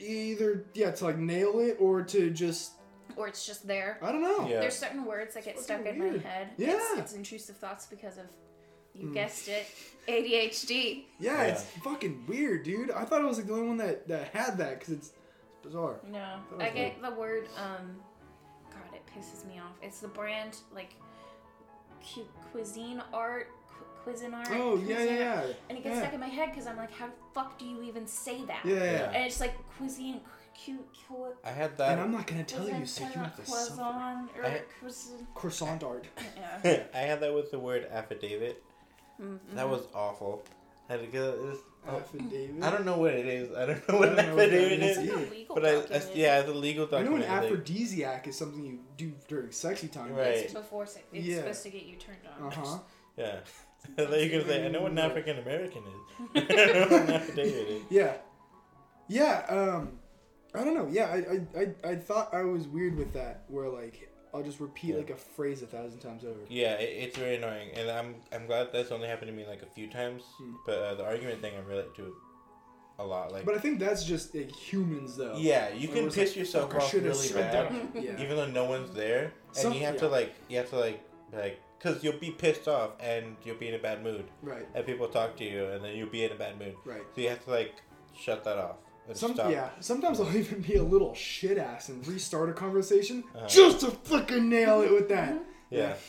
Speaker 3: Either yeah to like nail it or to just
Speaker 4: or it's just there.
Speaker 3: I don't know.
Speaker 2: Yeah.
Speaker 4: There's certain words that get
Speaker 3: Oh, It's
Speaker 4: stuck
Speaker 3: fucking
Speaker 4: in
Speaker 3: weird.
Speaker 4: my head.
Speaker 3: Yeah. Mm.
Speaker 4: It's, it's intrusive thoughts because of, you guessed it, ADHD.
Speaker 3: Yeah, it's
Speaker 2: Yeah.
Speaker 3: fucking weird, dude. I thought I was like the only one that that had that because it's bizarre.
Speaker 4: No,
Speaker 3: That was
Speaker 4: I get the word. Um, God, it pisses me off. It's the brand like, cu- cuisine art, cu- cuisine art.
Speaker 3: Oh yeah, yeah,
Speaker 4: cuisine
Speaker 3: yeah.
Speaker 4: art. uh, And it gets
Speaker 3: yeah.
Speaker 4: stuck in my head because I'm like, how the fuck do you even say that?
Speaker 3: Yeah, yeah, yeah.
Speaker 4: And it's like cuisine, cu- cu-
Speaker 2: I had
Speaker 3: And
Speaker 2: that.
Speaker 3: I'm not gonna tell you,
Speaker 4: cuisine,
Speaker 3: so you have to suffer.
Speaker 4: croissant, or
Speaker 2: I-
Speaker 4: cuisine.
Speaker 3: Croissant art.
Speaker 4: Yeah.
Speaker 2: I had that with the word affidavit.
Speaker 3: Mm-hmm.
Speaker 2: That was awful. I had to get this. oh,
Speaker 3: Affidavit.
Speaker 2: I don't know what it is. I don't know what an
Speaker 3: don't know what that
Speaker 2: affidavit
Speaker 3: means
Speaker 2: is.
Speaker 4: It's like a legal
Speaker 3: Yeah.
Speaker 2: But I, I
Speaker 4: document.
Speaker 2: yeah, it's a legal
Speaker 3: I know an
Speaker 2: document. like-
Speaker 3: aphrodisiac is something you do during sexy time.
Speaker 2: Right.
Speaker 4: It's before sex. It's
Speaker 3: Yeah.
Speaker 4: supposed to get you turned
Speaker 3: Uh
Speaker 4: on.
Speaker 3: huh.
Speaker 2: yeah. I thought you were gonna say I know what an
Speaker 3: Mm.
Speaker 2: African American is. I don't know what an affidavit is.
Speaker 3: Yeah. Yeah. Um, I don't know. Yeah, I, I, I, I thought I was weird with that, where like I'll just repeat
Speaker 2: Yeah.
Speaker 3: like a phrase a thousand times over.
Speaker 2: Yeah, it, it's very annoying, and I'm I'm glad that's only happened to me like a few times.
Speaker 3: Hmm.
Speaker 2: But uh, the argument thing I relate to a lot. Like
Speaker 3: But I think that's just like humans though.
Speaker 2: yeah, you
Speaker 3: Or
Speaker 2: can
Speaker 3: was
Speaker 2: piss
Speaker 3: like,
Speaker 2: yourself
Speaker 3: "Fuck, I
Speaker 2: off
Speaker 3: should've
Speaker 2: really
Speaker 3: said
Speaker 2: bad,
Speaker 3: that." Yeah.
Speaker 2: even though no one's there, and
Speaker 3: Some-
Speaker 2: you have to
Speaker 3: yeah.
Speaker 2: like you have to like like because you'll be pissed off and you'll be in a bad mood,
Speaker 3: Right.
Speaker 2: and people talk to you, and then you'll be in a bad mood.
Speaker 3: Right.
Speaker 2: So you have to like shut that off and
Speaker 3: Some,
Speaker 2: stop.
Speaker 3: yeah. Sometimes I'll even be a little shit ass and restart a conversation
Speaker 2: Uh-huh.
Speaker 3: just to fucking nail it with that.
Speaker 2: Yeah.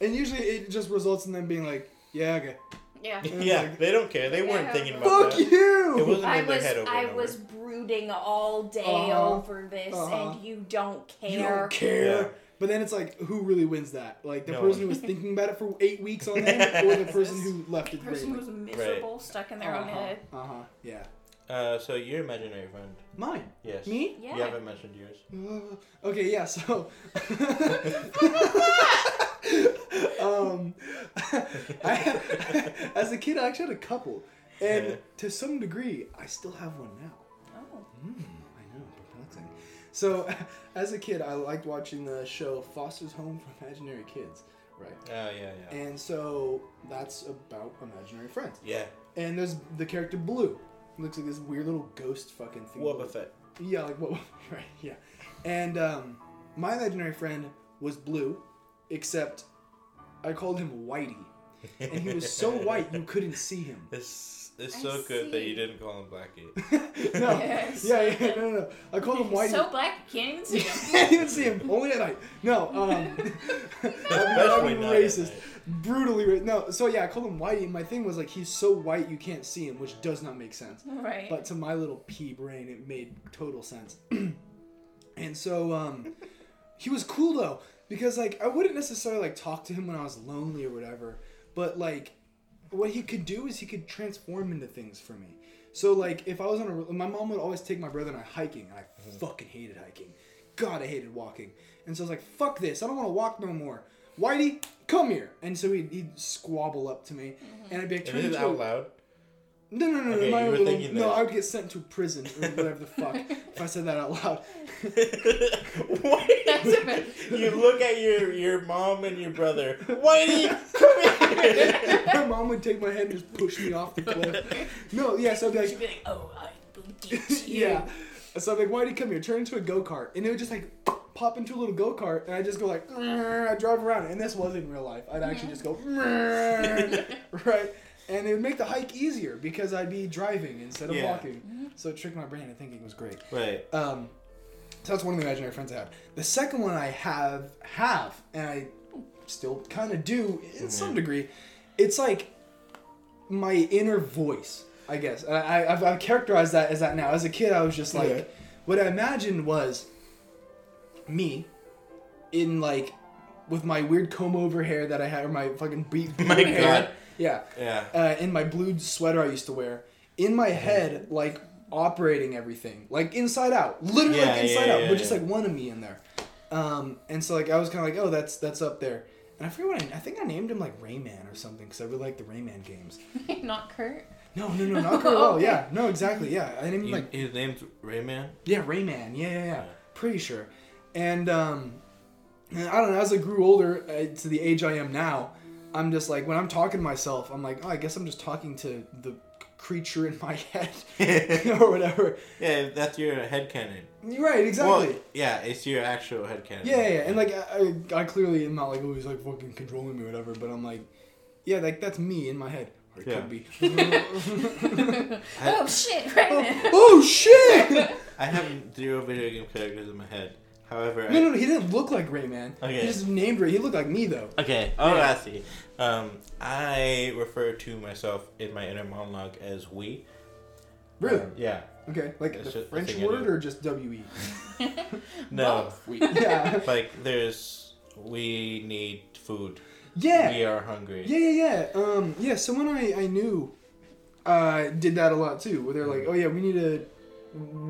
Speaker 3: And usually it just results in them being like, yeah, okay.
Speaker 4: Yeah.
Speaker 2: Yeah.
Speaker 3: like-
Speaker 2: they don't care. They weren't
Speaker 4: Yeah.
Speaker 2: thinking about
Speaker 3: Fuck
Speaker 2: that.
Speaker 3: you.
Speaker 2: It wasn't
Speaker 4: I
Speaker 2: in their
Speaker 4: was
Speaker 2: head over
Speaker 4: I
Speaker 2: and over.
Speaker 4: was brooding all day
Speaker 3: Uh-huh.
Speaker 4: over this,
Speaker 3: Uh-huh.
Speaker 4: and you don't care.
Speaker 3: You don't care.
Speaker 2: Yeah.
Speaker 3: But then it's like, who really wins that? Like the
Speaker 2: No
Speaker 3: person
Speaker 2: one.
Speaker 3: who was thinking about it for eight weeks on end, or the person who left it.
Speaker 4: The person who's
Speaker 3: greatly?
Speaker 4: miserable, stuck in their own
Speaker 3: uh-huh.
Speaker 4: head.
Speaker 3: uh-huh. Yeah.
Speaker 2: Uh, so your imaginary friend.
Speaker 3: Mine.
Speaker 2: Yes.
Speaker 3: Me?
Speaker 4: Yeah.
Speaker 2: You haven't mentioned yours.
Speaker 3: Uh, okay. Yeah. So. um, I, as a kid, I actually had a couple, and
Speaker 2: Yeah.
Speaker 3: to some degree, I still have one now.
Speaker 4: Oh.
Speaker 3: I know, perplexing. So, as a kid, I liked watching the show Foster's Home for Imaginary Kids, right?
Speaker 2: Oh yeah, yeah.
Speaker 3: And so that's about imaginary friends.
Speaker 2: Yeah.
Speaker 3: And there's the character Blue. Looks like this weird little ghost fucking thing.
Speaker 2: Wobba Fett.
Speaker 3: Yeah, like what? Right. Yeah. And um, my imaginary friend was Blue, except I called him Whitey, and he was so white you couldn't see him.
Speaker 2: It's it's
Speaker 4: I
Speaker 2: so good that you
Speaker 4: see.
Speaker 2: didn't call him Blackie.
Speaker 3: No.
Speaker 4: Yes.
Speaker 3: Yeah, yeah. No, no, no. I called him
Speaker 4: Oh.
Speaker 3: Whitey.
Speaker 4: So black, you can't even see
Speaker 3: You
Speaker 4: him.
Speaker 3: can't even see him. Only at night. No, um, that'd
Speaker 2: Especially
Speaker 3: be
Speaker 2: not at
Speaker 3: racist.
Speaker 2: night.
Speaker 3: Brutally racist. No, so yeah, I called him Whitey, and my thing was like he's so white you can't see him, which does not make sense.
Speaker 4: right.
Speaker 3: But to my little pea brain, it made total sense. and so um, he was cool though, because like I wouldn't necessarily like talk to him when I was lonely or whatever, but like what he could do is he could transform into things for me. So like if I was on a my mom would always take my brother and I hiking and I
Speaker 2: Mm-hmm.
Speaker 3: fucking hated hiking. God, I hated walking. And so I was like, fuck this. I don't want to walk no more. Whitey, come here. And so he'd, he'd squabble up to me and I'd be like,
Speaker 2: Is
Speaker 3: turn
Speaker 2: it
Speaker 3: into
Speaker 2: out
Speaker 3: a-
Speaker 2: loud?
Speaker 3: no, no, no,
Speaker 2: Okay,
Speaker 3: no. My
Speaker 2: you were
Speaker 3: little,
Speaker 2: thinking
Speaker 3: no,
Speaker 2: that.
Speaker 3: I would get sent to prison or whatever the fuck if I said that out loud.
Speaker 4: That's a
Speaker 2: Wait.
Speaker 4: bit-
Speaker 2: you look at your your mom and your brother. Whitey, come here.
Speaker 3: my mom would take my hand and just push me off the cliff. No, yeah, so I'd
Speaker 4: She'd
Speaker 3: be like,
Speaker 4: be like, oh, I will get you.
Speaker 3: yeah. So I'm like, why'd he come here? Turn into a go kart. And it would just like pop into a little go kart, and I just go like, I drive around. it. And this was in real life. I'd actually just go, "Grrr," right? And it would make the hike easier because I'd be driving instead of
Speaker 2: Yeah.
Speaker 3: walking. So it tricked my brain into thinking it was great.
Speaker 2: Right.
Speaker 3: Um, so that's one of the imaginary friends I have. The second one I have have, and I still kind of do in
Speaker 2: Mm-hmm.
Speaker 3: some degree. It's like my inner voice, I guess. And I, I, I've, I've characterized that as that now. As a kid, I was just like,
Speaker 2: Yeah.
Speaker 3: what I imagined was me in like with my weird comb over hair that I had, or my fucking beat
Speaker 2: My
Speaker 3: hair.
Speaker 2: God.
Speaker 3: yeah,
Speaker 2: Yeah.
Speaker 3: uh, in my blue sweater I used to wear, in my head, like operating everything, like inside out, literally
Speaker 2: Yeah,
Speaker 3: like inside
Speaker 2: yeah,
Speaker 3: out,
Speaker 2: yeah,
Speaker 3: but just
Speaker 2: yeah.
Speaker 3: like one of me in there. Um, and so like I was kind of like, oh, that's that's up there. And I forget what I, I think I named him like Rayman or something because I really like the Rayman games.
Speaker 4: Not Kurt.
Speaker 3: No, no, no, not Kurt Well. Yeah, no, exactly. Yeah, I named him
Speaker 2: You-
Speaker 3: like
Speaker 2: his name's Rayman.
Speaker 3: yeah, Rayman. Yeah, yeah, yeah. Pretty sure. And um, and I don't know. As I grew older uh, to the age I am now, I'm just like when I'm talking to myself, I'm like, oh, I guess I'm just talking to the creature in my head or whatever.
Speaker 2: Yeah, that's your headcanon.
Speaker 3: You're right. Exactly.
Speaker 2: Well, yeah, it's your actual headcanon.
Speaker 3: yeah, yeah, yeah. And like I, I, I clearly am not like oh he's like fucking controlling me or whatever, but I'm like, yeah, like that's me in my head. Or it
Speaker 2: Yeah.
Speaker 3: could be.
Speaker 4: oh shit, right now.
Speaker 3: oh shit!
Speaker 2: I have zero video game characters in my head. However, I,
Speaker 3: No, no, no, he didn't look like Rayman.
Speaker 2: Okay.
Speaker 3: He just named Ray. He looked like me though.
Speaker 2: Okay. Oh, I see. Um, I refer to myself in my inner monologue as we. Um,
Speaker 3: Really?
Speaker 2: Yeah.
Speaker 3: Okay, like
Speaker 2: That's
Speaker 3: the
Speaker 2: just the
Speaker 3: French
Speaker 2: thing I
Speaker 3: word
Speaker 2: do.
Speaker 3: or just W E?
Speaker 2: No.
Speaker 3: Yeah.
Speaker 2: like there's we need food. We
Speaker 3: Yeah.
Speaker 2: are hungry.
Speaker 3: Yeah, yeah, yeah. Um, yeah, someone I, I knew uh, did that a lot too, where they're like,
Speaker 2: Mm-hmm.
Speaker 3: oh yeah, we need to,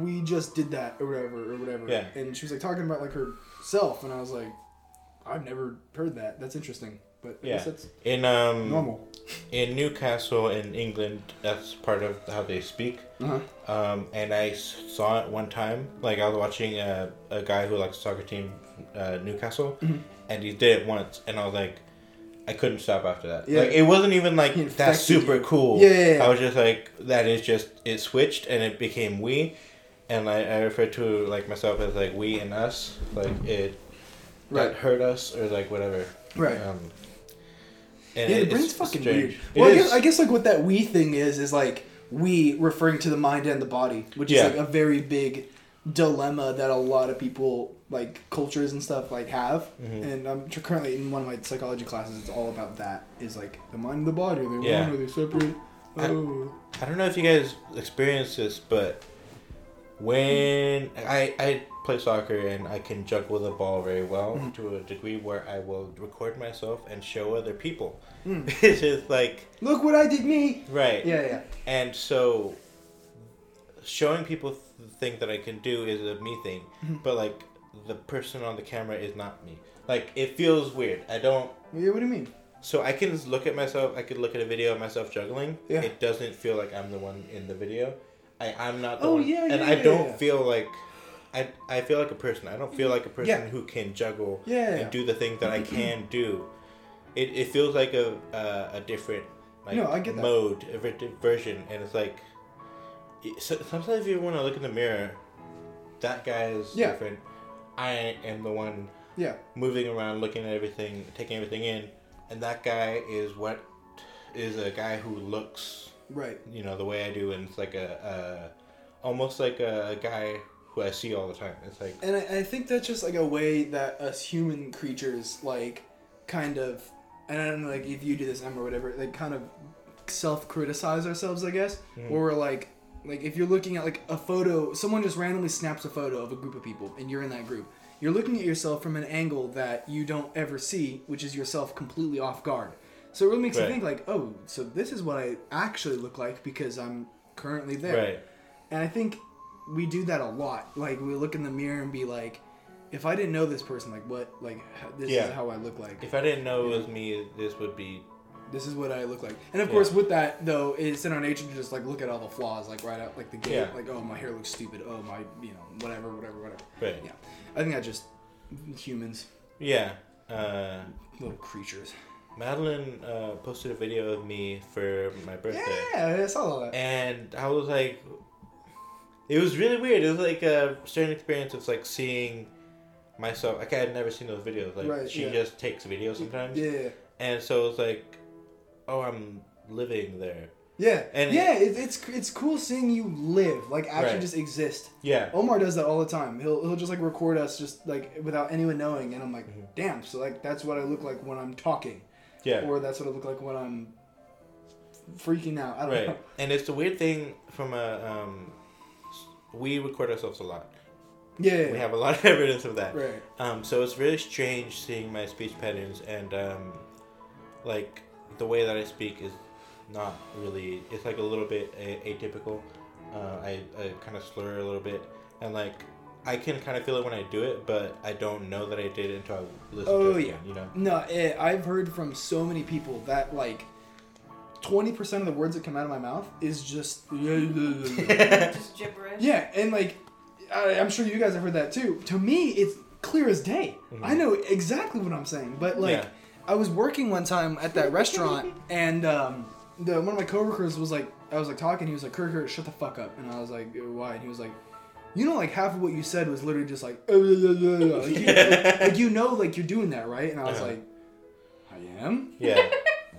Speaker 3: we just did that or whatever, or whatever.
Speaker 2: Yeah.
Speaker 3: And she was like talking about like herself, and I was like, I've never heard that. That's interesting. But I
Speaker 2: Yeah.
Speaker 3: guess that's
Speaker 2: In um
Speaker 3: normal.
Speaker 2: in Newcastle in England, that's part of how they speak.
Speaker 3: Uh-huh.
Speaker 2: Um, and I s- saw it one time. Like I was watching a, a guy who likes soccer team, uh, Newcastle,
Speaker 3: Mm-hmm.
Speaker 2: and he did it once, and I was like, I couldn't stop after that.
Speaker 3: Yeah.
Speaker 2: Like it wasn't even like
Speaker 3: He
Speaker 2: that's
Speaker 3: infected
Speaker 2: super cool.
Speaker 3: Yeah, yeah, yeah.
Speaker 2: I was just like, that is just it switched and it became we, and I, I refer to like myself as like we and us. Like it,
Speaker 3: Right.
Speaker 2: that hurt us or like whatever.
Speaker 3: Right.
Speaker 2: Um, and
Speaker 3: Yeah,
Speaker 2: it-
Speaker 3: the
Speaker 2: it's
Speaker 3: brain's fucking
Speaker 2: strange.
Speaker 3: weird.
Speaker 2: It
Speaker 3: Well, I
Speaker 2: is.
Speaker 3: guess, I guess like what that we thing is is like we referring to the mind and the body, which
Speaker 2: Yeah.
Speaker 3: is like a very big dilemma that a lot of people like cultures and stuff like have.
Speaker 2: Mm-hmm.
Speaker 3: And I'm tr- currently in one of my psychology classes. It's all about that is like the mind and the body. They're
Speaker 2: Yeah.
Speaker 3: one or they're separate.
Speaker 2: I-
Speaker 3: Oh.
Speaker 2: I don't know if you guys experience this, but when I, I play soccer and I can juggle the ball very well to a degree where I will record myself and show other people. it's just like,
Speaker 3: Look what I did, me.
Speaker 2: right.
Speaker 3: Yeah, yeah.
Speaker 2: And so showing people the thing that I can do is a me thing, but like the person on the camera is not me. Like it feels weird. I don't.
Speaker 3: Yeah, what do you mean?
Speaker 2: So I can look at myself. I could look at a video of myself juggling.
Speaker 3: Yeah.
Speaker 2: It doesn't feel like I'm the one in the video. I I'm not. The
Speaker 3: Oh,
Speaker 2: one
Speaker 3: yeah,
Speaker 2: And
Speaker 3: yeah,
Speaker 2: I
Speaker 3: yeah,
Speaker 2: don't
Speaker 3: yeah. Mm-hmm.
Speaker 2: feel like. I, I feel like a person. I don't feel like a person
Speaker 3: Yeah.
Speaker 2: who can juggle
Speaker 3: Yeah, yeah, yeah.
Speaker 2: and do the things that I can do. It, it feels like a uh, a different like
Speaker 3: No, I get that.
Speaker 2: mode, a different version, and it's like it- so, sometimes if you want to look in the mirror, that guy is
Speaker 3: Yeah.
Speaker 2: different. I am the one
Speaker 3: Yeah.
Speaker 2: moving around, looking at everything, taking everything in, and that guy is what is a guy who looks,
Speaker 3: Right.
Speaker 2: you know, the way I do, and it's like a, a almost like a guy who I see all the time. It's like
Speaker 3: And I, I think that's just like a way that us human creatures like kind of and I don't know like if you do this Em or whatever, like kind of self criticize ourselves, I guess.
Speaker 2: Mm-hmm.
Speaker 3: Where we're like like if you're looking at like a photo someone just randomly snaps a photo of a group of people and you're in that group. You're looking at yourself from an angle that you don't ever see, which is yourself completely off guard. So it really makes
Speaker 2: Right.
Speaker 3: you think like, oh, so this is what I actually look like because I'm currently there.
Speaker 2: Right.
Speaker 3: And I think we do that a lot. Like we look in the mirror and be like, if I didn't know this person, like what, like h- this
Speaker 2: Yeah.
Speaker 3: is how I look like.
Speaker 2: If I didn't know it was me, this would be
Speaker 3: this is what I look like. And of course, with that though, it's in our nature to just like look at all the flaws, like right out, like the gate,
Speaker 2: Yeah.
Speaker 3: like oh my hair looks stupid, oh my, you know, whatever, whatever, whatever.
Speaker 2: right.
Speaker 3: Yeah, I think I just humans,
Speaker 2: Yeah. Uh,
Speaker 3: little creatures.
Speaker 2: Madeline uh, posted a video of me for my birthday,
Speaker 3: Yeah, I saw that.
Speaker 2: and I was like, it was really weird. It was like a certain experience of like seeing myself. Like I had never seen those videos. Like
Speaker 3: Right,
Speaker 2: she
Speaker 3: yeah.
Speaker 2: just takes videos sometimes,
Speaker 3: Yeah,
Speaker 2: and so it's like, oh, I'm living there.
Speaker 3: yeah,
Speaker 2: And-
Speaker 3: yeah. It, it's it's cool seeing you live, like actually
Speaker 2: Right.
Speaker 3: just exist.
Speaker 2: Yeah.
Speaker 3: Omar does that all the time. He'll he'll just like record us just like without anyone knowing, and I'm like, damn. So like that's what I look like when I'm talking,
Speaker 2: Mm-hmm. Yeah.
Speaker 3: or that's what I look like when I'm freaking out. I don't know.
Speaker 2: Right, and it's the weird thing from a um, s- we record ourselves a lot.
Speaker 3: Yeah, yeah,
Speaker 2: We have a lot of evidence of that.
Speaker 3: Right.
Speaker 2: Um, so it's really strange seeing my speech patterns and um, like the way that I speak is not really. It's like a little bit a- atypical. Uh, I, I kind of slur a little bit and like I can kind of feel it when I do it, but I don't know that I did it until I listen
Speaker 3: Oh,
Speaker 2: to it.
Speaker 3: yeah.
Speaker 2: again, you know.
Speaker 3: No, eh, I've heard from so many people that like. 20% of the words that come out of my mouth is just
Speaker 4: Just gibberish.
Speaker 3: Yeah, and like, I, I'm sure you guys have heard that too. To me, it's clear as day. I know exactly what I'm saying. But like,
Speaker 2: Mm-hmm. Yeah.
Speaker 3: I was working one time at that restaurant, and um, the one of my coworkers was like, I was like talking. He was like, "Kurt, Kurt, shut the fuck up." And I was like, "Uh, "Why?" And he was like. You know, like half of what you said was literally just like, "Uh, uh, uh, uh," like, you, like, like, you know, like you're doing that, right? And I was
Speaker 2: Uh-huh.
Speaker 3: like, I am
Speaker 2: Yeah.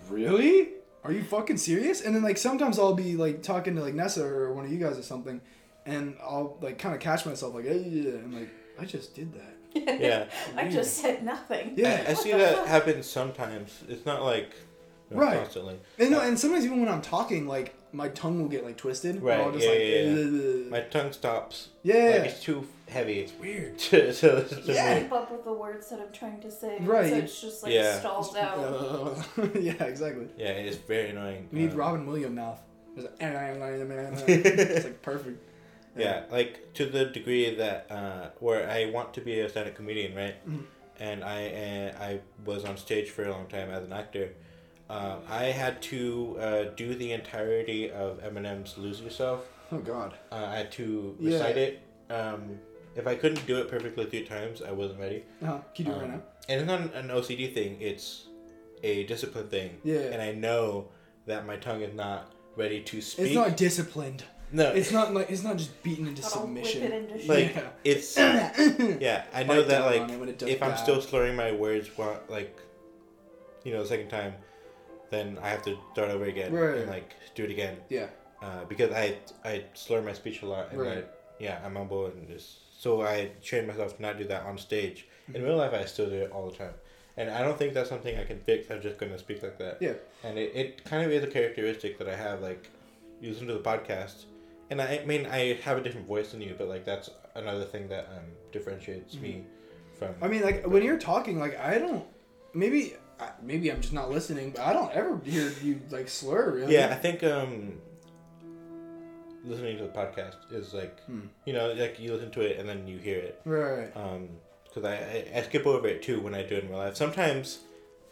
Speaker 3: really? Are you fucking serious? And then like sometimes I'll be like talking to like Nessa or one of you guys or something, and I'll like kind of catch myself like, "Eh, yeah, I'm like, I just did that.
Speaker 2: yeah.
Speaker 4: I just said nothing.
Speaker 3: Yeah.
Speaker 2: I, I see that happen sometimes. It's not like you know,
Speaker 3: Right.
Speaker 2: constantly.
Speaker 3: And no, and sometimes even when I'm talking, like my tongue will get like twisted. where
Speaker 2: Right,
Speaker 3: I'll just,
Speaker 2: yeah,
Speaker 3: like,
Speaker 2: yeah,
Speaker 3: "Eh, eh, eh."
Speaker 2: My tongue stops.
Speaker 3: Yeah.
Speaker 2: Like it's too heavy. It's weird. to, to listen to
Speaker 3: Yeah.
Speaker 2: me.
Speaker 4: Keep up with the words that I'm trying to say.
Speaker 3: Right.
Speaker 4: So it's just like
Speaker 2: Yeah. uh,
Speaker 4: stalled out.
Speaker 3: yeah, exactly.
Speaker 2: Yeah, it is very annoying.
Speaker 3: We need
Speaker 2: Um,
Speaker 3: Robin Williams mouth. It's like, it's like perfect.
Speaker 2: Yeah, like to the degree that uh, where I want to be a stand-up comedian, right?
Speaker 3: Mm-hmm.
Speaker 2: And I uh, I was on stage for a long time as an actor. Um, I had to uh, do the entirety of Eminem's "Lose Yourself."
Speaker 3: Oh God.
Speaker 2: Uh, I had to
Speaker 3: Yeah.
Speaker 2: recite it. Um, if I couldn't do it perfectly three times, I wasn't ready.
Speaker 3: Uh-huh. Can you do it
Speaker 2: Um,
Speaker 3: right now?
Speaker 2: And it's not an OCD thing; it's a discipline thing.
Speaker 3: Yeah.
Speaker 2: And I know that my tongue is not ready to speak.
Speaker 3: It's not disciplined.
Speaker 2: no,
Speaker 3: It's not like it's not just beaten into
Speaker 4: But I'll whip
Speaker 3: submission.
Speaker 4: it into
Speaker 2: like
Speaker 3: Yeah.
Speaker 2: it's yeah. I know
Speaker 3: Bite
Speaker 2: that
Speaker 3: down
Speaker 2: like
Speaker 3: on it when it does
Speaker 2: if I'm
Speaker 3: bad.
Speaker 2: still slurring my words, while, like you know, the second time, then I have to start over again
Speaker 3: Right.
Speaker 2: and like do it again
Speaker 3: yeah.
Speaker 2: uh, because I I slur my speech a lot and I,
Speaker 3: Right.
Speaker 2: yeah I mumble and just so I trained myself to not do that on stage.
Speaker 3: Mm-hmm.
Speaker 2: In real life, I still do it all the time, and I don't think that's something I can fix. I'm just gonna speak like that.
Speaker 3: Yeah.
Speaker 2: and it, it kind of is a characteristic that I have. Like, you listen to the podcast, and I, I mean I have a different voice than you, but like that's another thing that um, differentiates me from.
Speaker 3: Mm-hmm. I mean, like when you're talking, like I don't. Maybe I- maybe I'm just not listening, but I don't ever hear you like slur. Really.
Speaker 2: Yeah, I think um, listening to the podcast is like
Speaker 3: Hmm.
Speaker 2: you know like you listen to it and then you hear it.
Speaker 3: Right.
Speaker 2: um because I, I I skip over it too when I do it in real life. Sometimes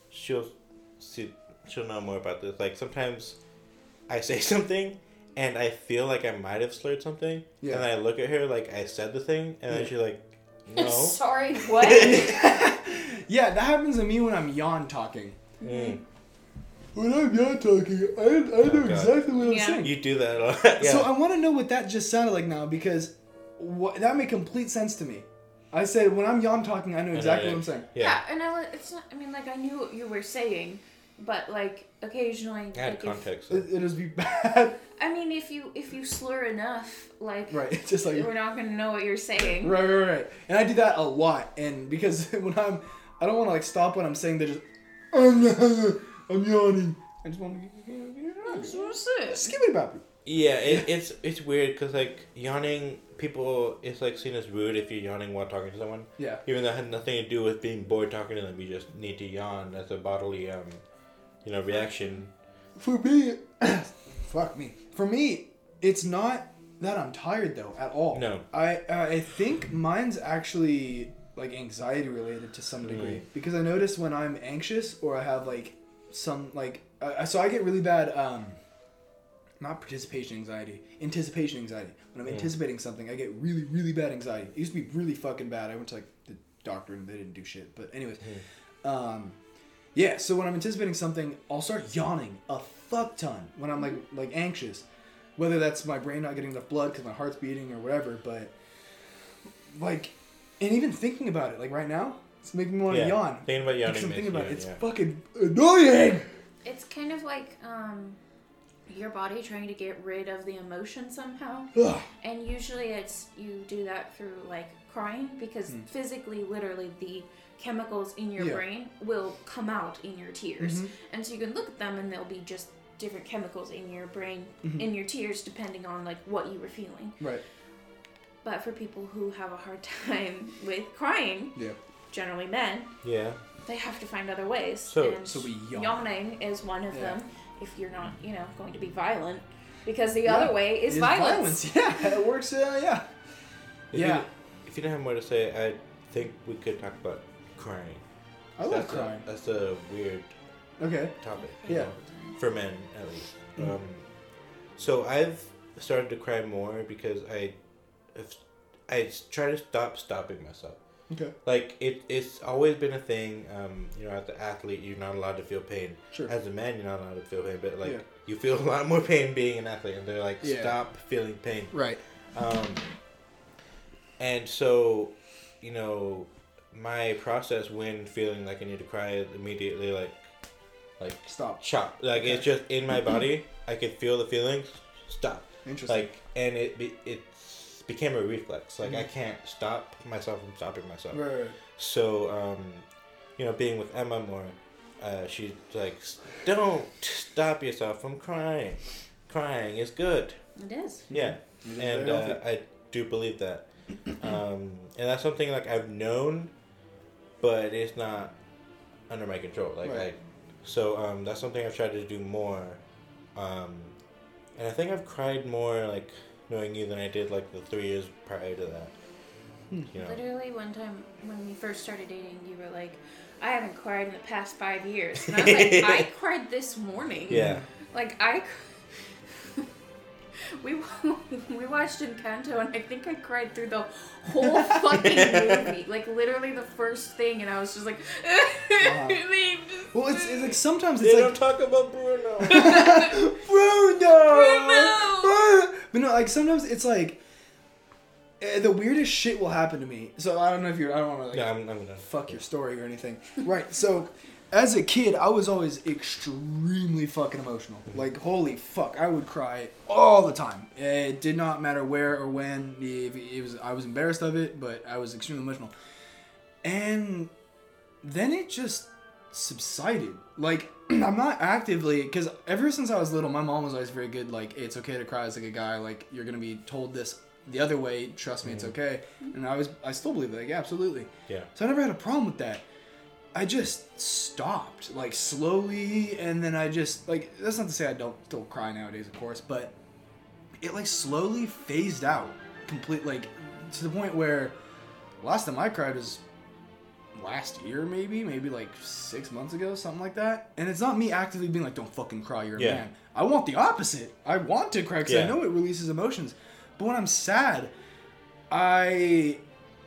Speaker 2: she'll see she'll know more about this. Like sometimes I say something and I feel like I might have slurred something,
Speaker 3: Yeah.
Speaker 2: and I look at her like I said the thing, and then
Speaker 3: Yeah.
Speaker 2: she's like, no.
Speaker 4: Sorry, what?
Speaker 3: Yeah, that happens to me when I'm yawn talking.
Speaker 2: Mm. Oh,
Speaker 3: When I'm yawn talking, I, I know
Speaker 2: God.
Speaker 3: exactly what I'm
Speaker 4: Yeah.
Speaker 3: saying.
Speaker 2: You do that a lot. yeah.
Speaker 3: So I want to know what that just sounded like now because wha that made complete sense to me. I said when I'm yawn talking, I know exactly what I'm saying.
Speaker 4: Yeah,
Speaker 2: Yeah.
Speaker 4: and I, li- it's not. I mean, like I knew what you were saying, but like occasionally,
Speaker 2: I had
Speaker 4: like, if-
Speaker 2: context. though.
Speaker 3: It, it'll just be bad.
Speaker 4: I mean, if you if you slur enough, like
Speaker 3: Right. It's just like
Speaker 4: we're not gonna know what you're saying.
Speaker 3: Right, right, right. And I do that a lot, and because when I'm, I don't want to like stop what I'm saying. They're just, I'm, I'm yawning. I just want
Speaker 4: That's
Speaker 3: to
Speaker 4: what I said.
Speaker 3: skip it about you.
Speaker 2: Yeah, it, it's it's weird because like yawning, people it's like seen as rude if you're yawning while talking to someone.
Speaker 3: Yeah.
Speaker 2: Even though it had nothing to do with being bored talking to them, you just need to yawn as a bodily um, you know, reaction.
Speaker 3: For me, fuck me. For me, it's not that I'm tired though at all.
Speaker 2: No.
Speaker 3: I I think mine's actually like anxiety related to some degree because I notice when I'm anxious or I have like some like uh, so I get really bad um not participation anxiety, anticipation anxiety. When I'm anticipating something, I get really really bad anxiety. It used to be really fucking bad. I went to like the doctor and they didn't do shit. But anyways, um yeah, so when I'm anticipating something, I'll start yawning a fuck ton when I'm like like anxious. Whether that's my brain not getting enough blood because my heart's beating or whatever, but like, and even thinking about it, like right now, it's making me want to
Speaker 2: Yeah,
Speaker 3: yawn.
Speaker 2: thinking about yawning
Speaker 3: Because I'm
Speaker 2: makes
Speaker 3: thinking
Speaker 2: me
Speaker 3: about it.
Speaker 2: yawn,
Speaker 3: It's
Speaker 2: yeah.
Speaker 3: fucking annoying.
Speaker 4: It's kind of like um, your body trying to get rid of the emotion somehow.
Speaker 3: Ugh.
Speaker 4: And usually it's you do that through like crying because physically, literally, the chemicals in your
Speaker 3: Yeah.
Speaker 4: brain will come out in your tears.
Speaker 3: Mhm.
Speaker 4: And so you can look at them and they'll be just different chemicals in your brain, in your tears, depending on like what you were feeling.
Speaker 3: Right.
Speaker 4: But for people who have a hard time with crying,
Speaker 3: Yeah.
Speaker 4: generally men,
Speaker 2: Yeah.
Speaker 4: they have to find other ways.
Speaker 2: So-
Speaker 4: and
Speaker 3: So we yawn.
Speaker 4: yawning is one of
Speaker 3: Yeah.
Speaker 4: them. If you're not, you know, going to be violent, because the
Speaker 3: Yeah.
Speaker 4: other way is
Speaker 3: It's
Speaker 4: violence.
Speaker 3: violence. Yeah, it works. Uh, yeah.
Speaker 2: If
Speaker 3: Yeah.
Speaker 2: You, if you don't have more to say, I think we could talk about crying.
Speaker 3: I love
Speaker 2: that's
Speaker 3: crying.
Speaker 2: A, that's a weird
Speaker 3: Okay.
Speaker 2: topic.
Speaker 3: Yeah. Mm-hmm.
Speaker 2: For men, at least. Um, so I've started to cry more because I, if, I s- try to stop stopping myself.
Speaker 3: Okay.
Speaker 2: Like it, it's always been a thing. Um, you know, as an athlete, you're not allowed to feel pain.
Speaker 3: Sure.
Speaker 2: As a man, you're not allowed to feel pain, but like
Speaker 3: Yeah.
Speaker 2: you feel a lot more pain being an athlete, and they're like,
Speaker 3: Yeah.
Speaker 2: stop feeling pain.
Speaker 3: Right.
Speaker 2: Um, and so, you know, my process when feeling like I need to cry is immediately like, like
Speaker 3: Stop.
Speaker 2: chop. Like it's just in my body. I could feel the feelings. Stop.
Speaker 3: Interesting.
Speaker 2: Like and it be, it became a reflex. Like I can't stop myself from stopping myself.
Speaker 3: Mm-hmm. Right, right, right.
Speaker 2: So, um, you know, being with Emma more, uh, she's like, don't stop yourself from crying. Crying is good.
Speaker 4: It is.
Speaker 2: Yeah,
Speaker 3: It is
Speaker 2: and
Speaker 3: very
Speaker 2: uh,
Speaker 3: healthy.
Speaker 2: I do believe that, um, and that's something like I've known, but it's not under my control. Like
Speaker 3: Right.
Speaker 2: I, so um, that's something I've tried to do more, um, and I think I've cried more like knowing you than I did like the three years prior to that.
Speaker 3: Hmm.
Speaker 2: You know,
Speaker 4: Literally, one time when we first started dating, you were like, "I haven't cried in the past five years," and I was like, "I cried this morning."
Speaker 2: yeah,
Speaker 4: Like I. cr- We, wa- we watched Encanto and I think I cried through the whole fucking movie. Like literally the first thing, and I was just like, they just-
Speaker 3: Well, it's, it's like sometimes
Speaker 2: they
Speaker 3: it's
Speaker 2: uh, don't
Speaker 3: like
Speaker 2: talk about Bruno.
Speaker 3: Bruno. But no, like sometimes it's like eh, the weirdest shit will happen to me. So I don't know if you're. I don't want to like
Speaker 2: yeah, I'm, I'm gonna
Speaker 3: fuck your story or anything. Right. So, as a kid, I was always extremely fucking emotional. Like, holy fuck, I would cry all the time. It did not matter where or when. If It was I was embarrassed of it, but I was extremely emotional. And then it just subsided. Like, I'm not actively because ever since I was little, my mom was always very good. Like, "Hey, it's okay to cry as like a guy. Like, you're gonna be told this the other way. Trust me, it's okay. And I was, I still believe that. Like, yeah, absolutely.
Speaker 2: Yeah.
Speaker 3: So I never had a problem with that. I just stopped, like slowly, and then I just like that's not to say I don't still cry nowadays, of course, but it like slowly phased out, complete like to the point where last time I cried was last year, maybe, maybe like six months ago, something like that. And it's not me actively being like, "Don't fucking cry, you're a
Speaker 2: Yeah.
Speaker 3: man." I want the opposite. I want to cry because I
Speaker 2: Yeah.
Speaker 3: know it releases emotions. But when I'm sad, I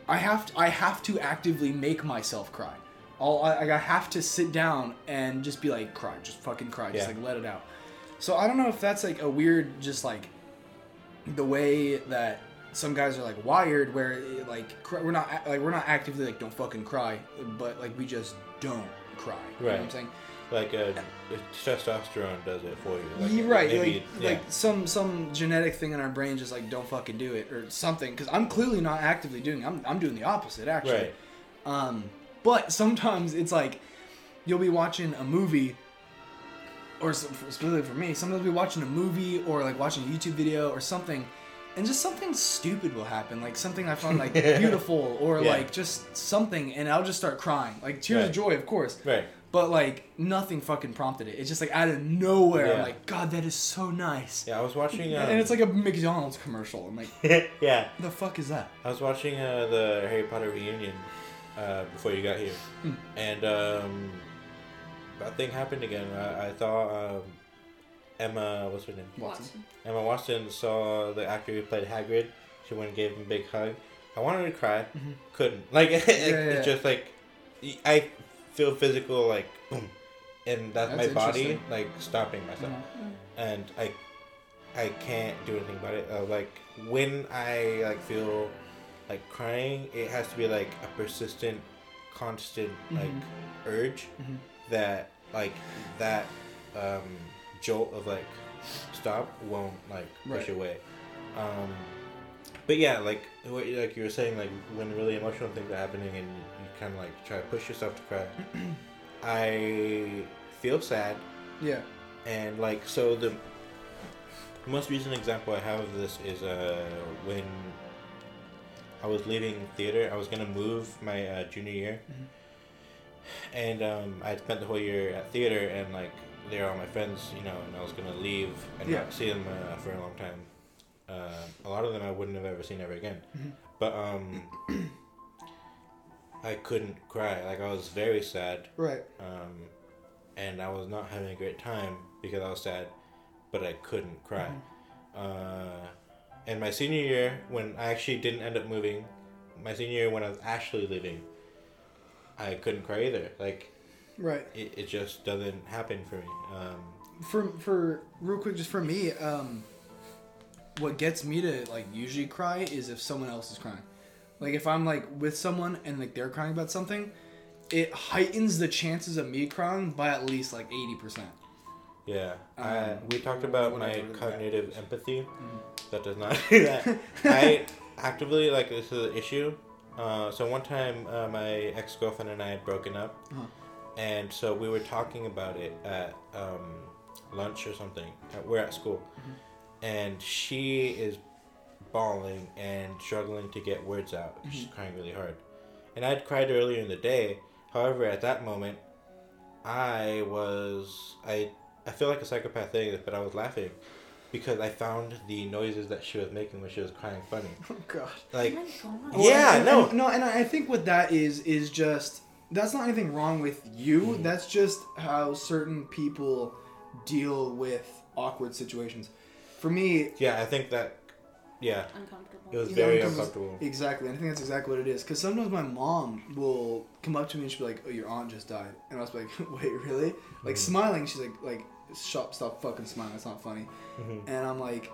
Speaker 3: I have to, I have to actively make myself cry. I'll, I, I have to sit down and just be like cry, just fucking cry, just
Speaker 2: Yeah.
Speaker 3: like let it out. So I don't know if that's like a weird, just like the way that some guys are like wired, where it, like cry, we're not a- like we're not actively like don't fucking cry, but like we just don't cry. You know what I'm
Speaker 2: Right.
Speaker 3: saying?
Speaker 2: like uh, testosterone does it for you. Like,
Speaker 3: You're right.
Speaker 2: maybe-
Speaker 3: like,
Speaker 2: yeah.
Speaker 3: like some some genetic thing in our brain just like don't fucking do it or something. Because I'm clearly not actively doing. It. I'm I'm doing the opposite actually.
Speaker 2: right.
Speaker 3: Um, but sometimes it's like you'll be watching a movie, or s- specifically for me, sometimes we'll be watching a movie or like watching a YouTube video or something, and just something stupid will happen, like something I found like beautiful or
Speaker 2: Yeah.
Speaker 3: like just something, and I'll just start crying, like tears of
Speaker 2: Right.
Speaker 3: joy, of course.
Speaker 2: Right.
Speaker 3: But like nothing fucking prompted it. It's just like out of nowhere. I'm
Speaker 2: Yeah.
Speaker 3: like, God, that is so nice.
Speaker 2: Yeah, I was watching. Um,
Speaker 3: And it's like a McDonald's commercial. I'm like,
Speaker 2: yeah,
Speaker 3: the fuck is that?
Speaker 2: I was watching uh, the Harry Potter reunion uh, before you got here,
Speaker 3: Hmm.
Speaker 2: and um, that thing happened again. I, I saw um, Emma, what's her name?
Speaker 3: Watson.
Speaker 2: Emma Watson saw the actor who played Hagrid. She went and gave him a big hug. I wanted to cry,
Speaker 3: Mm-hmm.
Speaker 2: couldn't. Like it,
Speaker 3: yeah, yeah.
Speaker 2: it's just like I feel physical, like boom, and that's, my
Speaker 3: That's
Speaker 2: body
Speaker 3: interesting.
Speaker 2: like stopping myself,
Speaker 3: Mm-hmm.
Speaker 4: Mm.
Speaker 2: and I, I can't do anything about it. Uh, like when I like feel like crying, it has to be like a persistent, constant like
Speaker 3: Mhm.
Speaker 2: urge
Speaker 3: Mhm.
Speaker 2: that like that um, jolt of like stop won't like push
Speaker 3: Right.
Speaker 2: away. Um, but yeah, like what, you- like you were saying, like when really emotional things are happening and you kind of like try to push yourself to cry. I feel sad,
Speaker 3: Yeah.
Speaker 2: and like so the most recent example I have of this is uh, when I was leaving theater. I was gonna move my uh, junior year, and um, I spent the whole year at theater, and like they're all my friends, you know, and I was gonna leave and
Speaker 3: Yeah.
Speaker 2: not see them uh, for a long time. Uh, a lot of them I wouldn't have ever seen ever again, but um, I couldn't cry. Like I was very sad
Speaker 3: Right.
Speaker 2: um, and I was not having a great time because I was sad, but I couldn't cry. Uh, and my senior year, when I actually didn't end up moving, my senior year when I was actually leaving, I couldn't cry either. Like
Speaker 3: Right.
Speaker 2: it, it just doesn't happen for me. Um,
Speaker 3: for for real quick just for me um what gets me to like usually cry is if someone else is crying like if i'm like with someone and like they're crying about something it heightens the chances of me crying by at least like 80%
Speaker 2: yeah, I,
Speaker 3: Um,
Speaker 2: we talked about Mm-hmm. my
Speaker 3: whatever that
Speaker 2: cognitive empathy. That does not do that. I actively like this is an issue. Uh, so one time, uh, my ex girlfriend and I had broken up,
Speaker 3: Uh-huh.
Speaker 2: and so we were talking about it at um, lunch or something. At, we're at school, and she is bawling and struggling to get words out. She's crying really hard, and I'd cried earlier in the day. However, at that moment, I was I I feel like a psychopath thing, but I was laughing because I found the noises that she was making when she was crying funny.
Speaker 3: oh god
Speaker 2: Like
Speaker 4: Like,
Speaker 3: Well,
Speaker 2: Yeah,
Speaker 3: and-
Speaker 2: no.
Speaker 3: and- no, and I I think what that is is just that's not anything wrong with you.
Speaker 2: Mm-hmm.
Speaker 3: That's just how certain people deal with awkward situations. For me,
Speaker 2: yeah, I think that yeah, it
Speaker 4: uncomfortable.
Speaker 2: was
Speaker 3: You know,
Speaker 2: very
Speaker 3: 'cause it's-
Speaker 2: uncomfortable.
Speaker 3: Exactly. and I think that's exactly what it is. Because sometimes my mom will come up to me and she'll be like, "Oh, your aunt just died," and I was like, "Wait, really?"
Speaker 2: Mm-hmm.
Speaker 3: Like smiling. She's like, "Like, stop, stop fucking smiling. It's not funny."
Speaker 2: Mm-hmm.
Speaker 3: And I'm like,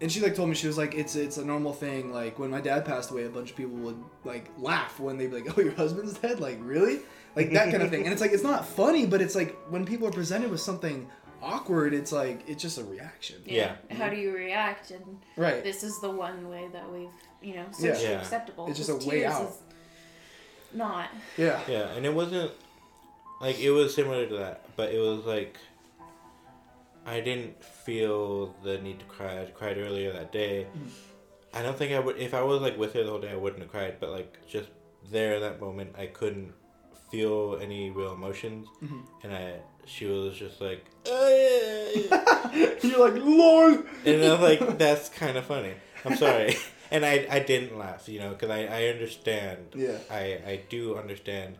Speaker 3: and she like told me she was like, "It's it's a normal thing. Like when my dad passed away, a bunch of people would like laugh when they'd be like, "Oh, your husband's dead." Like really? Like that kind of thing. And it's like it's not funny, but it's like when people are presented with something awkward, it's like it's just a reaction.
Speaker 2: Yeah.
Speaker 4: How do you react? And
Speaker 3: Right.
Speaker 4: this is the one way that we've, you know, socially
Speaker 2: Yeah.
Speaker 4: acceptable.
Speaker 3: It's just
Speaker 4: 'cause
Speaker 3: a way
Speaker 4: tears
Speaker 3: out.
Speaker 4: is Not.
Speaker 3: Yeah.
Speaker 2: Yeah, and it wasn't like it was similar to that, but it was like I didn't feel the need to cry. I cried earlier that day. I don't think I would if I was like with her the whole day. I wouldn't have cried, but like just there in that moment, I couldn't feel any real emotions, and I she was just like, "Oh,
Speaker 3: You're like, Lord.
Speaker 2: and I'm like, that's kind of funny. I'm sorry. And I, I didn't laugh, you know, because I, I understand.
Speaker 3: Yeah.
Speaker 2: I, I do understand,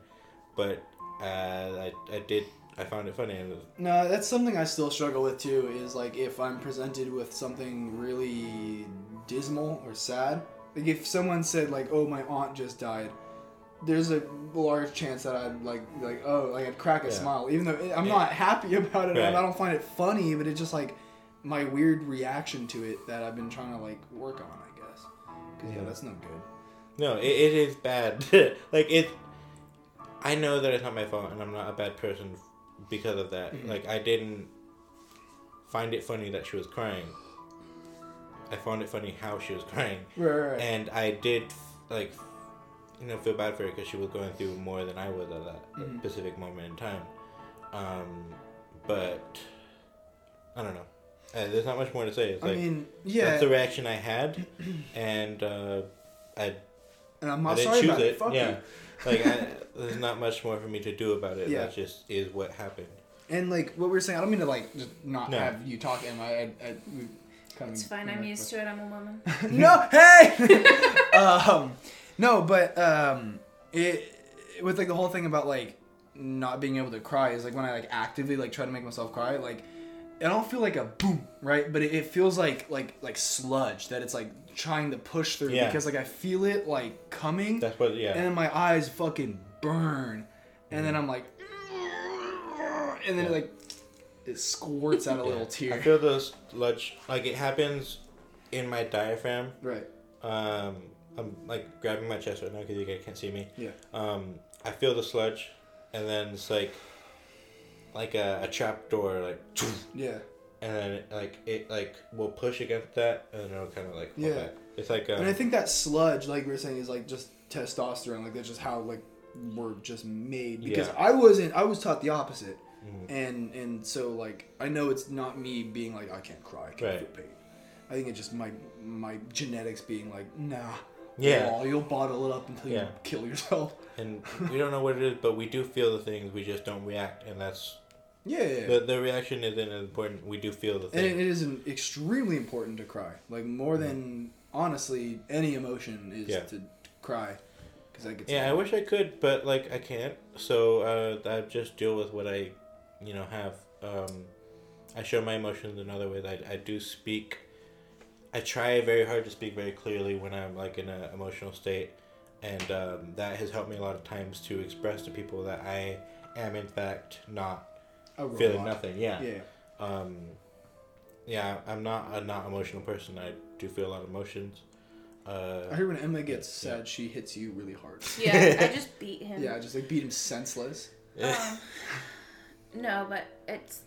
Speaker 2: but uh, I, I did, I found it funny. And it was,
Speaker 3: No, that's something I still struggle with too. Is like if I'm presented with something really dismal or sad, like if someone said like, "Oh, my aunt just died," there's a large chance that I'd like like oh like I'd crack a
Speaker 2: Yeah.
Speaker 3: smile, even though it- I'm
Speaker 2: Yeah.
Speaker 3: not happy about it
Speaker 2: Right.
Speaker 3: and I don't find it funny, but it's just like my weird reaction to it that I've been trying to like work on, I guess. Because yeah, that's not good.
Speaker 2: no, it, it is bad. like, it, I know that it's not my fault, and I'm not a bad person because of that. Like, I didn't find it funny that she was crying. I found it funny how she was crying.
Speaker 3: Right, right, right.
Speaker 2: and I did like you know feel bad for her because she was going through more than I was at that
Speaker 3: Mm-hmm.
Speaker 2: specific moment in time. Um, but I don't know. Uh, there's not much more to say. It's
Speaker 3: I
Speaker 2: like
Speaker 3: mean, yeah,
Speaker 2: that's the reaction I had, and uh, I
Speaker 3: and I'm
Speaker 2: I
Speaker 3: not
Speaker 2: didn't
Speaker 3: sorry
Speaker 2: choose
Speaker 3: about it.
Speaker 2: it.
Speaker 3: Fuck
Speaker 2: yeah.
Speaker 3: you.
Speaker 2: Like, I, there's not much more for me to do about it.
Speaker 5: Yeah.
Speaker 2: That just is what happened.
Speaker 3: And like what we were saying, I don't mean to like just not
Speaker 2: No.
Speaker 3: have you talk, Emma. I, I, we kind
Speaker 4: It's fine. I'm used to it. I'm a woman.
Speaker 3: no, hey. um, no, but um, it with like the whole thing about like not being able to cry is like when I like actively like try to make myself cry, like I don't feel like a boom, right? But it, it feels like like like sludge that it's like trying to push through
Speaker 2: Yeah.
Speaker 3: because like I feel it like coming,
Speaker 2: That's what, yeah. Mm.
Speaker 3: and then my eyes fucking burn, and then I'm like, and then it like it squirts out a little
Speaker 2: I
Speaker 3: tear,
Speaker 2: feel those sludge, like, it happens in my diaphragm.
Speaker 3: right?
Speaker 2: Um, I'm like grabbing my chest right now because you guys can't see me.
Speaker 3: Yeah.
Speaker 2: Um, I feel the sludge, and then it's like, like a, a trap door, like,
Speaker 3: Yeah.
Speaker 2: and then it, like it like will push against that, and then it'll kind of like fall
Speaker 3: Yeah.
Speaker 2: back. It's like um,
Speaker 3: And I think that sludge, like we were saying, is like just testosterone. Like that's just how like we're just made. Because
Speaker 2: Yeah. Mm-hmm.
Speaker 3: I wasn't. I was taught the opposite. And and so like I know it's not me being like I can't cry. I can't
Speaker 2: Right.
Speaker 3: feel pain. I think it's just my my genetics being like nah.
Speaker 2: Yeah.
Speaker 3: Aw, you'll bottle it up until you
Speaker 2: Yeah.
Speaker 3: kill yourself.
Speaker 2: and we don't know what it is, but we do feel the things. We just don't react, and that's
Speaker 3: Yeah. yeah, yeah.
Speaker 2: the the reaction isn't important. We do feel the
Speaker 3: and
Speaker 2: thing.
Speaker 3: it is an- extremely important to cry. Like more than honestly any emotion is
Speaker 2: Yeah.
Speaker 3: to cry. Because that gets
Speaker 2: yeah, I wish I could, but like I can't. So uh, I just deal with what I, you know, have. Um, I show my emotions in other ways. I, I do speak. I try very hard to speak very clearly when I'm like in an emotional state, and um, that has helped me a lot of times to express to people that I am in fact not
Speaker 3: a
Speaker 2: feeling
Speaker 3: robot.
Speaker 2: nothing. Yeah.
Speaker 3: Yeah.
Speaker 2: Um, yeah, I'm not a not emotional person. I do feel a lot of emotions.
Speaker 3: I
Speaker 2: Uh,
Speaker 3: heard when Emma gets sad, she hits you really hard.
Speaker 4: Yeah, I just beat him.
Speaker 3: Yeah, just like beat him senseless.
Speaker 4: Um, no, but it's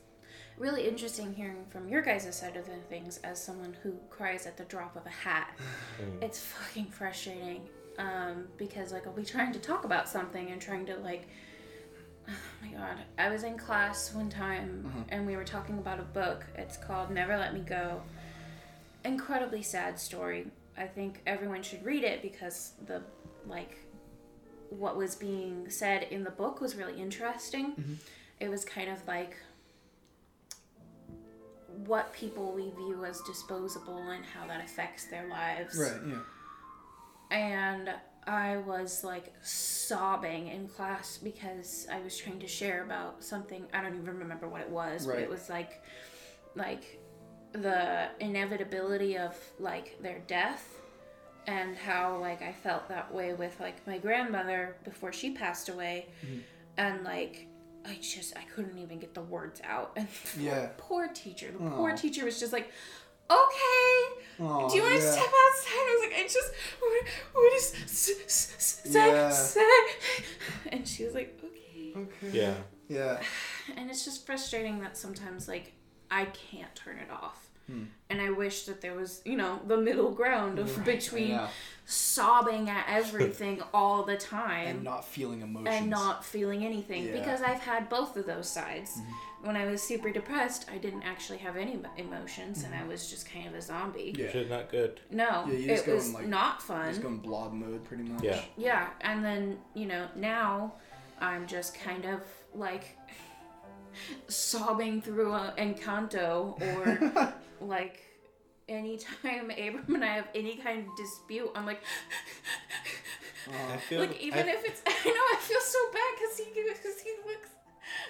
Speaker 4: really interesting hearing from your guys' side of the things as someone who cries at the drop of a hat. It's fucking frustrating um, because, like, I'll be trying to talk about something and trying to, like, oh my god. I was in class one time and we were talking about a book. It's called Never Let Me Go. Incredibly sad story. I think everyone should read it because the, like, what was being said in the book was really interesting. It was kind of like what people we view as disposable and how that affects their lives.
Speaker 3: yeah.
Speaker 4: And I was like sobbing in class because I was trying to share about something I don't even remember what it was, but
Speaker 3: Right.
Speaker 4: it was like like the inevitability of like their death and how like I felt that way with like my grandmother before she passed away
Speaker 3: Mm-hmm.
Speaker 4: and like I just I couldn't even get the words out and the
Speaker 3: Yeah.
Speaker 4: poor teacher the poor
Speaker 3: Aw.
Speaker 4: teacher was just like okay
Speaker 3: Aw,
Speaker 4: do you want to
Speaker 3: yeah.
Speaker 4: step outside? I was like, I just what, what is s- s- s- sad,
Speaker 3: Yeah.
Speaker 4: sad? And she was like, okay.
Speaker 2: yeah.
Speaker 3: Yeah.
Speaker 4: And it's just frustrating that sometimes like I can't turn it off,
Speaker 3: Hmm.
Speaker 4: and I wish that there was you know the middle ground of between
Speaker 3: yeah.
Speaker 4: sobbing at everything all the time
Speaker 3: And not feeling emotions.
Speaker 4: and not feeling anything
Speaker 3: Yeah. Hmm.
Speaker 4: because I've had both of those sides. When I was super depressed, I didn't actually have any emo- emotions, and I was just kind of a zombie.
Speaker 3: Mm-hmm. Yeah.
Speaker 2: Which is not good.
Speaker 4: No,
Speaker 3: Yeah, you just
Speaker 4: it
Speaker 3: go
Speaker 4: was
Speaker 3: in, like-
Speaker 4: not fun.
Speaker 3: Just going blob mode pretty much.
Speaker 2: Yeah.
Speaker 4: yeah and then you know now i'm just kind of like sobbing through a encanto or like anytime abram and i have any kind of dispute i'm like
Speaker 2: I feel
Speaker 4: like even
Speaker 2: I-
Speaker 4: if it's i know i feel so bad because he because he looks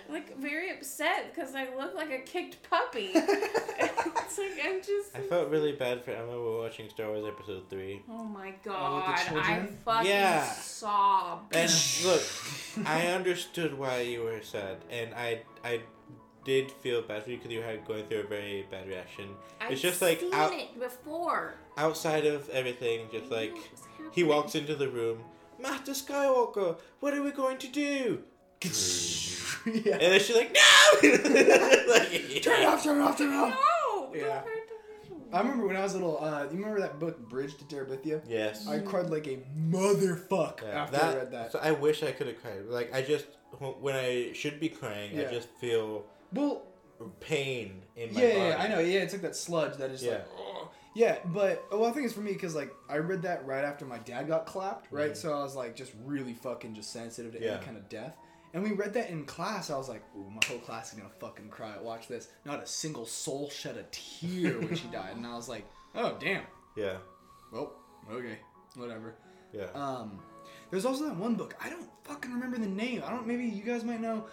Speaker 4: like very upset because i look like a kicked puppy it's like i'm just
Speaker 2: I felt really bad for Emma. We're watching Star Wars Episode Three,
Speaker 4: oh my
Speaker 3: Oh,
Speaker 4: god
Speaker 3: with the
Speaker 4: i
Speaker 3: children?
Speaker 4: fucking
Speaker 2: Yeah.
Speaker 4: sobbed
Speaker 2: and look, I understood why you were sad, and I I did feel bad for you because you had going through a very bad reaction.
Speaker 4: I've
Speaker 2: it's just like
Speaker 4: seen
Speaker 2: out,
Speaker 4: it before.
Speaker 2: outside of everything, just like
Speaker 4: What's happening?
Speaker 2: he walks into the room, Master Skywalker, what are we going to do?
Speaker 3: yeah.
Speaker 2: And then she's like, no, Like,
Speaker 3: Turn it off, turn it off, turn it off.
Speaker 4: No.
Speaker 3: Yeah.
Speaker 4: Don't hurt the room.
Speaker 3: I remember when I was little, uh, you remember that book Bridge to Terabithia?
Speaker 2: yes.
Speaker 3: I cried like a motherfucker
Speaker 2: Yeah,
Speaker 3: after I read that.
Speaker 2: So I wish I could have cried. Like I just when I should be crying, I
Speaker 3: Yeah.
Speaker 2: just feel
Speaker 3: well,
Speaker 2: pain in my
Speaker 3: yeah, yeah,
Speaker 2: body.
Speaker 3: yeah, I know. Yeah, it's like that sludge that is
Speaker 2: Yeah.
Speaker 3: like, oh. Yeah, but well, I think it's for me because like I read that right after my dad got clapped, right? So I was like just really fucking just sensitive to
Speaker 2: Mm-hmm. Yeah.
Speaker 3: any kind of death. And we read that in class. I was like, "Ooh, my whole class is gonna fucking cry. Watch this. Not a single soul shed a tear when she died." And I was like, "Oh damn.
Speaker 2: Yeah.
Speaker 3: Well, okay, whatever."
Speaker 2: Yeah.
Speaker 3: Um, there's also that one book. I don't fucking remember the name. I don't. Maybe you guys might know.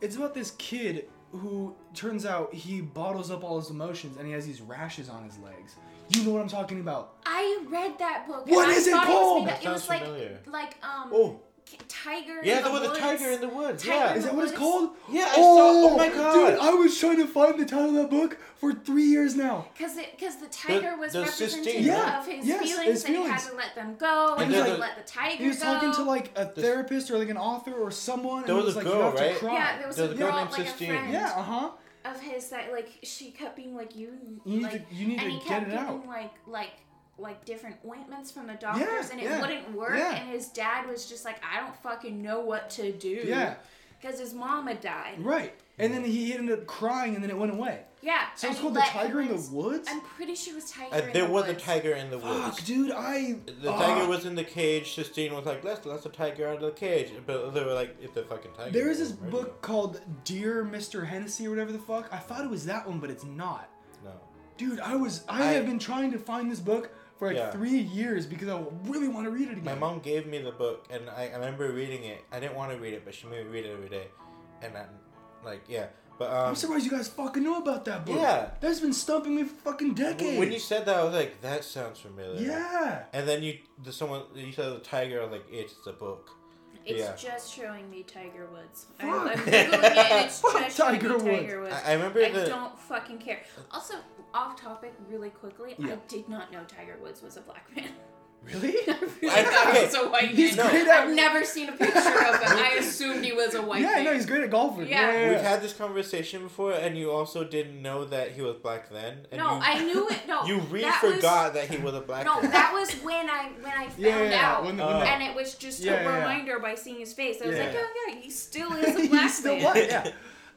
Speaker 3: It's about this kid who turns out he bottles up all his emotions and he has these rashes on his legs. You know what I'm talking about?
Speaker 4: I read that book.
Speaker 3: What
Speaker 4: and I
Speaker 3: is it
Speaker 4: thought was
Speaker 3: called?
Speaker 4: made
Speaker 3: That
Speaker 4: up- It was,
Speaker 2: sounds
Speaker 4: like
Speaker 2: familiar.
Speaker 4: like um
Speaker 3: Oh.
Speaker 4: k- tiger.
Speaker 2: yeah,
Speaker 4: in
Speaker 2: the,
Speaker 4: the,
Speaker 2: with the
Speaker 4: woods.
Speaker 2: tiger in the woods.
Speaker 4: Tiger
Speaker 2: yeah.
Speaker 4: in
Speaker 3: Is
Speaker 4: the
Speaker 3: that what it's
Speaker 4: Woods?
Speaker 3: called?
Speaker 2: Yeah, I saw- oh my God.
Speaker 3: dude! I was trying to find the title of that book for three years now.
Speaker 4: Because because the tiger was
Speaker 2: the
Speaker 4: representative
Speaker 2: Sistine-
Speaker 3: Yeah,
Speaker 4: of his
Speaker 3: yes,
Speaker 4: feelings,
Speaker 3: his
Speaker 4: and he had
Speaker 3: feelings.
Speaker 4: to let them go,
Speaker 2: was
Speaker 4: and he had
Speaker 2: like-
Speaker 4: to let the tiger
Speaker 3: He was
Speaker 4: go.
Speaker 3: talking to like a therapist or like an author or someone, and
Speaker 2: There
Speaker 3: he
Speaker 2: was
Speaker 3: was
Speaker 2: a
Speaker 3: like, "You
Speaker 2: girl,
Speaker 3: have to
Speaker 2: right?
Speaker 3: cry."
Speaker 4: yeah, there was
Speaker 2: There
Speaker 4: a
Speaker 2: was a girl
Speaker 4: girl,
Speaker 2: named
Speaker 4: like a
Speaker 2: Sistine.
Speaker 4: friend
Speaker 3: Yeah, uh huh.
Speaker 4: of his that like she kept being like you,
Speaker 3: You need
Speaker 4: like,
Speaker 3: to- you need
Speaker 4: and he
Speaker 3: to
Speaker 4: kept
Speaker 3: get
Speaker 4: giving
Speaker 3: it out.
Speaker 4: like like like different ointments from the doctors, and it
Speaker 3: yeah,
Speaker 4: wouldn't work,
Speaker 3: yeah.
Speaker 4: and his dad was just like, I don't fucking know what to do,
Speaker 3: Yeah.
Speaker 4: because his mom had died,
Speaker 3: Right. And then he ended up crying, and then it went away.
Speaker 4: yeah.
Speaker 3: So
Speaker 4: and
Speaker 3: it's
Speaker 4: he
Speaker 3: called the
Speaker 4: let
Speaker 3: Tiger in the
Speaker 4: humans-
Speaker 3: Woods.
Speaker 4: I'm pretty sure it was Tiger.
Speaker 2: Uh,
Speaker 4: in
Speaker 2: there
Speaker 4: the
Speaker 2: was a
Speaker 4: woods.
Speaker 2: tiger in the woods.
Speaker 3: Fuck, dude, Ah. I.
Speaker 2: The tiger was in the cage. Sistine was like, "Let's let the tiger out of the cage," but they were like, "It's a fucking tiger."
Speaker 3: There is
Speaker 2: we're
Speaker 3: this
Speaker 2: gonna murder
Speaker 3: book called Dear Mr. Hennessy or whatever the fuck. I thought it was that one, but it's not.
Speaker 2: you." No.
Speaker 3: Dude, I was I,
Speaker 2: I-
Speaker 3: have been trying to find this book for like
Speaker 2: Yeah.
Speaker 3: three years because I really want to read it
Speaker 2: My
Speaker 3: again.
Speaker 2: mom gave me the book, and I, I remember reading it. I didn't want to read it, but she made me read it every day, and I, like, yeah. But um,
Speaker 3: I'm surprised you guys fucking know about that book.
Speaker 2: Yeah.
Speaker 3: That's been stumping me for fucking decades.
Speaker 2: w- when you said that, I was like, "That sounds familiar."
Speaker 3: yeah.
Speaker 2: And then you, the, someone, you said the tiger. I was like, "It's the book."
Speaker 4: It's
Speaker 2: Yeah.
Speaker 4: just showing me Tiger Woods. I,
Speaker 3: Fuck.
Speaker 4: I'm googling it. and It's
Speaker 3: Fuck
Speaker 4: just showing
Speaker 3: Tiger
Speaker 4: me
Speaker 3: Woods.
Speaker 4: Tiger Woods.
Speaker 2: I, I remember
Speaker 4: I
Speaker 2: the.
Speaker 4: don't fucking care. Also, off topic, really quickly,
Speaker 3: Yeah.
Speaker 4: I did not know Tiger Woods was a black man.
Speaker 3: Really?
Speaker 4: I thought he was
Speaker 2: okay.
Speaker 4: a white
Speaker 3: He's
Speaker 4: man.
Speaker 3: great at-
Speaker 4: I've never seen a picture of him. I assumed he was a white
Speaker 3: yeah,
Speaker 4: man.
Speaker 3: no, he's great at golfing. Yeah.
Speaker 4: Yeah.
Speaker 3: yeah,
Speaker 2: We've
Speaker 3: yeah.
Speaker 2: had this conversation before, and you also didn't know that he was black then. And
Speaker 4: no,
Speaker 2: you,
Speaker 4: I knew it. No,
Speaker 2: You re
Speaker 4: that was-
Speaker 2: forgot that Uh, he was a black
Speaker 4: no,
Speaker 2: man.
Speaker 4: that was when I when I found
Speaker 3: yeah, yeah.
Speaker 4: out,
Speaker 3: When the- when the-
Speaker 4: and it was just
Speaker 3: Yeah, yeah,
Speaker 4: a
Speaker 3: yeah.
Speaker 4: reminder by seeing his face. I was
Speaker 2: Yeah.
Speaker 4: like, oh yeah, he still is a black
Speaker 3: He's still
Speaker 4: man.
Speaker 3: white, Yeah.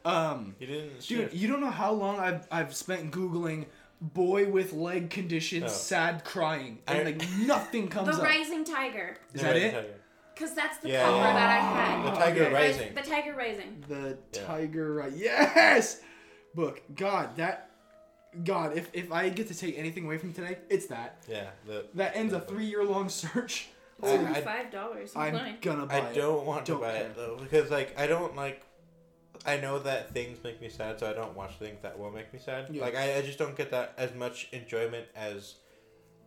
Speaker 3: Um,
Speaker 2: He didn't.
Speaker 3: Dude,
Speaker 2: shift.
Speaker 3: you don't know how long I've I've spent googling boy with leg condition,
Speaker 2: Oh.
Speaker 3: sad crying, and
Speaker 2: I-
Speaker 3: like nothing
Speaker 4: The
Speaker 3: comes up.
Speaker 4: Rising Tiger,
Speaker 3: Is that it?
Speaker 2: Tiger.
Speaker 4: because that's the
Speaker 2: Yeah,
Speaker 4: cover
Speaker 2: yeah.
Speaker 4: that I
Speaker 2: The
Speaker 4: had.
Speaker 3: Oh,
Speaker 2: tiger
Speaker 3: okay.
Speaker 2: rising.
Speaker 4: The Tiger Rising.
Speaker 3: The
Speaker 2: Yeah.
Speaker 3: tiger, right? Yes, book. God, that. God, if if I get to take anything away from today, it's that.
Speaker 2: Yeah. The,
Speaker 3: That ends a
Speaker 2: the-
Speaker 3: three year long search.
Speaker 4: It's only
Speaker 2: I-
Speaker 4: five dollars.
Speaker 3: I'm gonna buy
Speaker 2: I
Speaker 3: it.
Speaker 2: don't want to
Speaker 3: Don't
Speaker 2: buy
Speaker 3: care.
Speaker 2: it though because like I don't like. I know that things make me sad, so I don't watch things that will make me sad.
Speaker 3: Yeah.
Speaker 2: Like I, I just don't get that as much enjoyment as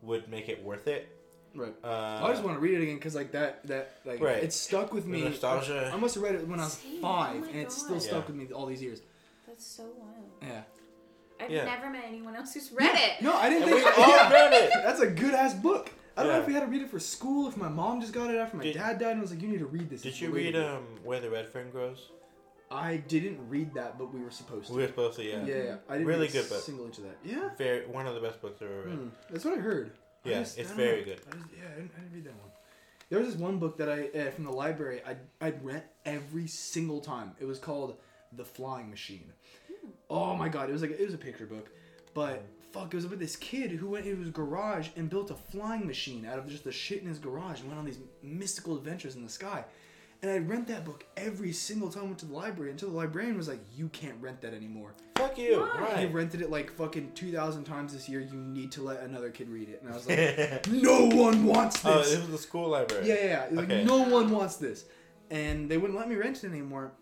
Speaker 2: would make it worth it.
Speaker 3: Right.
Speaker 2: Uh,
Speaker 3: I just want to read it again because like that that like
Speaker 2: Right.
Speaker 3: it stuck with
Speaker 2: The
Speaker 3: me.
Speaker 2: nostalgia.
Speaker 3: I must have read it when I was
Speaker 4: Same.
Speaker 3: five,
Speaker 4: Oh my
Speaker 3: and it's still
Speaker 4: God.
Speaker 3: stuck
Speaker 2: Yeah.
Speaker 3: with me all these years.
Speaker 4: That's so wild.
Speaker 3: Yeah.
Speaker 4: I've
Speaker 2: Yeah.
Speaker 4: never met anyone else who's read it.
Speaker 3: No, I didn't
Speaker 2: And
Speaker 3: think.
Speaker 2: we all
Speaker 3: yeah.
Speaker 2: read it.
Speaker 3: That's a good ass book. I don't know
Speaker 2: Yeah.
Speaker 3: if we had to read it for school, if my mom just got it after my
Speaker 2: Did-
Speaker 3: dad died and was like, you need to read this.
Speaker 2: Did
Speaker 3: it's
Speaker 2: you read
Speaker 3: relatable."
Speaker 2: um Where the Red Fern Grows?
Speaker 3: I didn't read that, but we were supposed to.
Speaker 2: We were supposed to, yeah.
Speaker 3: yeah, yeah, I didn't
Speaker 2: Really
Speaker 3: read
Speaker 2: good
Speaker 3: a
Speaker 2: book.
Speaker 3: single inch of that. Yeah.
Speaker 2: Very one of the best books I've ever read.
Speaker 3: Hmm. That's what I heard. I
Speaker 2: Yeah,
Speaker 3: just- I
Speaker 2: it's
Speaker 3: don't
Speaker 2: very
Speaker 3: know.
Speaker 2: good.
Speaker 3: I just, yeah, I didn't, I didn't read that one. There was this one book that I uh, from the library I'd, I'd rent every single time. It was called The Flying Machine. Oh my god, it was like it was a picture book, but
Speaker 2: Hmm.
Speaker 3: fuck, it was about this kid who went into his garage and built a flying machine out of just the shit in his garage and went on these mystical adventures in the sky. And I'd rent that book every single time I went to the library until the librarian was like, "You can't rent that anymore."
Speaker 2: Fuck you.
Speaker 4: Why?
Speaker 3: I
Speaker 2: Right.
Speaker 3: rented it like fucking 2,000 times this year. You need to let another kid read it. And I was like, no one wants
Speaker 2: Oh,
Speaker 3: this.
Speaker 2: it was the school library.
Speaker 3: yeah, yeah, yeah. It was Like,
Speaker 2: Okay.
Speaker 3: no one wants this. And they wouldn't let me rent it anymore.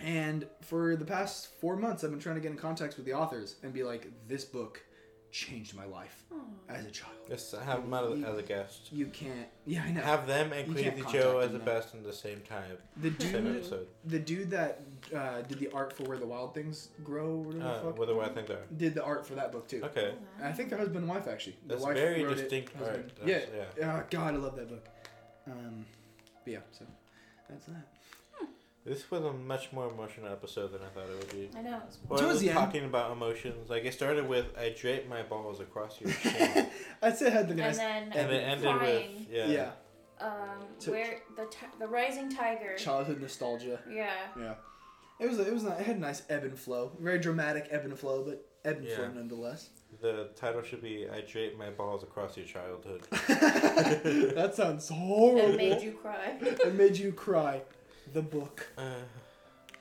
Speaker 3: And for the past four months, I've been trying to get in contact with the authors and be like, this book changed my life as a child.
Speaker 2: Just have them out as a guest.
Speaker 3: You can't. Yeah, I know.
Speaker 2: Have them and
Speaker 3: You can't
Speaker 2: Crazy
Speaker 3: contact
Speaker 2: Joe as the
Speaker 3: them, though.
Speaker 2: best in the same time.
Speaker 3: the
Speaker 2: Same
Speaker 3: dude,
Speaker 2: episode.
Speaker 3: the dude that uh, did the art for Where the Wild Things Grow, or whatever
Speaker 2: Uh,
Speaker 3: the fuck,
Speaker 2: what do I think there?
Speaker 3: did the art for that book too.
Speaker 2: Okay.
Speaker 3: And I think her husband and wife actually. The
Speaker 2: That's
Speaker 3: wife
Speaker 2: very
Speaker 3: wrote it,
Speaker 2: distinct
Speaker 3: husband-
Speaker 2: art.
Speaker 3: Yeah.
Speaker 2: That's-
Speaker 3: yeah. Oh God, I love that book. Um, but yeah. So that's that.
Speaker 2: This was a much more emotional episode than I thought it would be.
Speaker 4: I know.
Speaker 2: Well,
Speaker 3: Towards
Speaker 2: it was
Speaker 3: the end.
Speaker 2: talking about emotions. Like it started with I drape my balls across your chin,
Speaker 3: I said had the
Speaker 4: And
Speaker 3: nice.
Speaker 4: then,
Speaker 2: and it ended with
Speaker 4: Crying.
Speaker 2: yeah.
Speaker 3: yeah.
Speaker 4: um,
Speaker 3: To-
Speaker 4: where the ti- the rising tiger.
Speaker 3: Childhood nostalgia.
Speaker 4: yeah.
Speaker 3: Yeah. It was. It was. Not, it had a nice ebb and flow. Very dramatic ebb and flow, but ebb and flow
Speaker 2: Yeah.
Speaker 3: nonetheless.
Speaker 2: The title should be "I Drape My Balls Across Your Childhood."
Speaker 3: that sounds horrible.
Speaker 4: It made you cry.
Speaker 3: It made you cry. The book.
Speaker 2: Uh,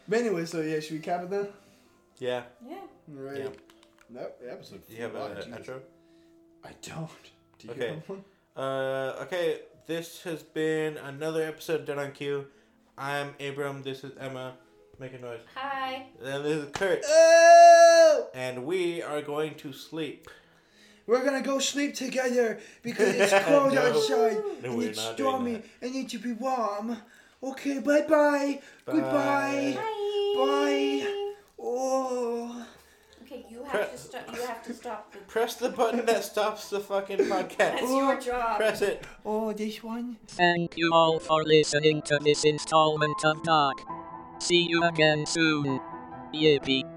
Speaker 3: But anyway, so yeah, should we cap it then?
Speaker 2: yeah,
Speaker 4: Yeah.
Speaker 3: Right.
Speaker 2: yeah.
Speaker 3: That episode.
Speaker 2: Do you have
Speaker 3: wow,
Speaker 2: an
Speaker 3: Jesus.
Speaker 2: intro?
Speaker 3: I don't. Do you
Speaker 2: Okay.
Speaker 3: have one?
Speaker 2: Uh, okay, this has been another episode of Dead on Cue. I'm Abram. This is Emma. Make a noise.
Speaker 4: Hi.
Speaker 2: And this is Kurt.
Speaker 3: Oh!
Speaker 2: And we are going to sleep.
Speaker 3: We're gonna go sleep together because it's cold
Speaker 2: No.
Speaker 3: outside
Speaker 2: No,
Speaker 3: and
Speaker 2: we're
Speaker 3: it's
Speaker 2: not doing
Speaker 3: stormy
Speaker 2: that.
Speaker 3: and need to be warm. Okay, bye bye. Goodbye. Bye. Oh.
Speaker 4: Okay, you have to stop. You have to stop. The-
Speaker 2: Press the button that stops the fucking
Speaker 4: That's
Speaker 2: podcast.
Speaker 4: your job.
Speaker 2: Press it.
Speaker 3: Oh, this one.
Speaker 1: Thank you all for listening to this installment of Talk. See you again soon. Yippee.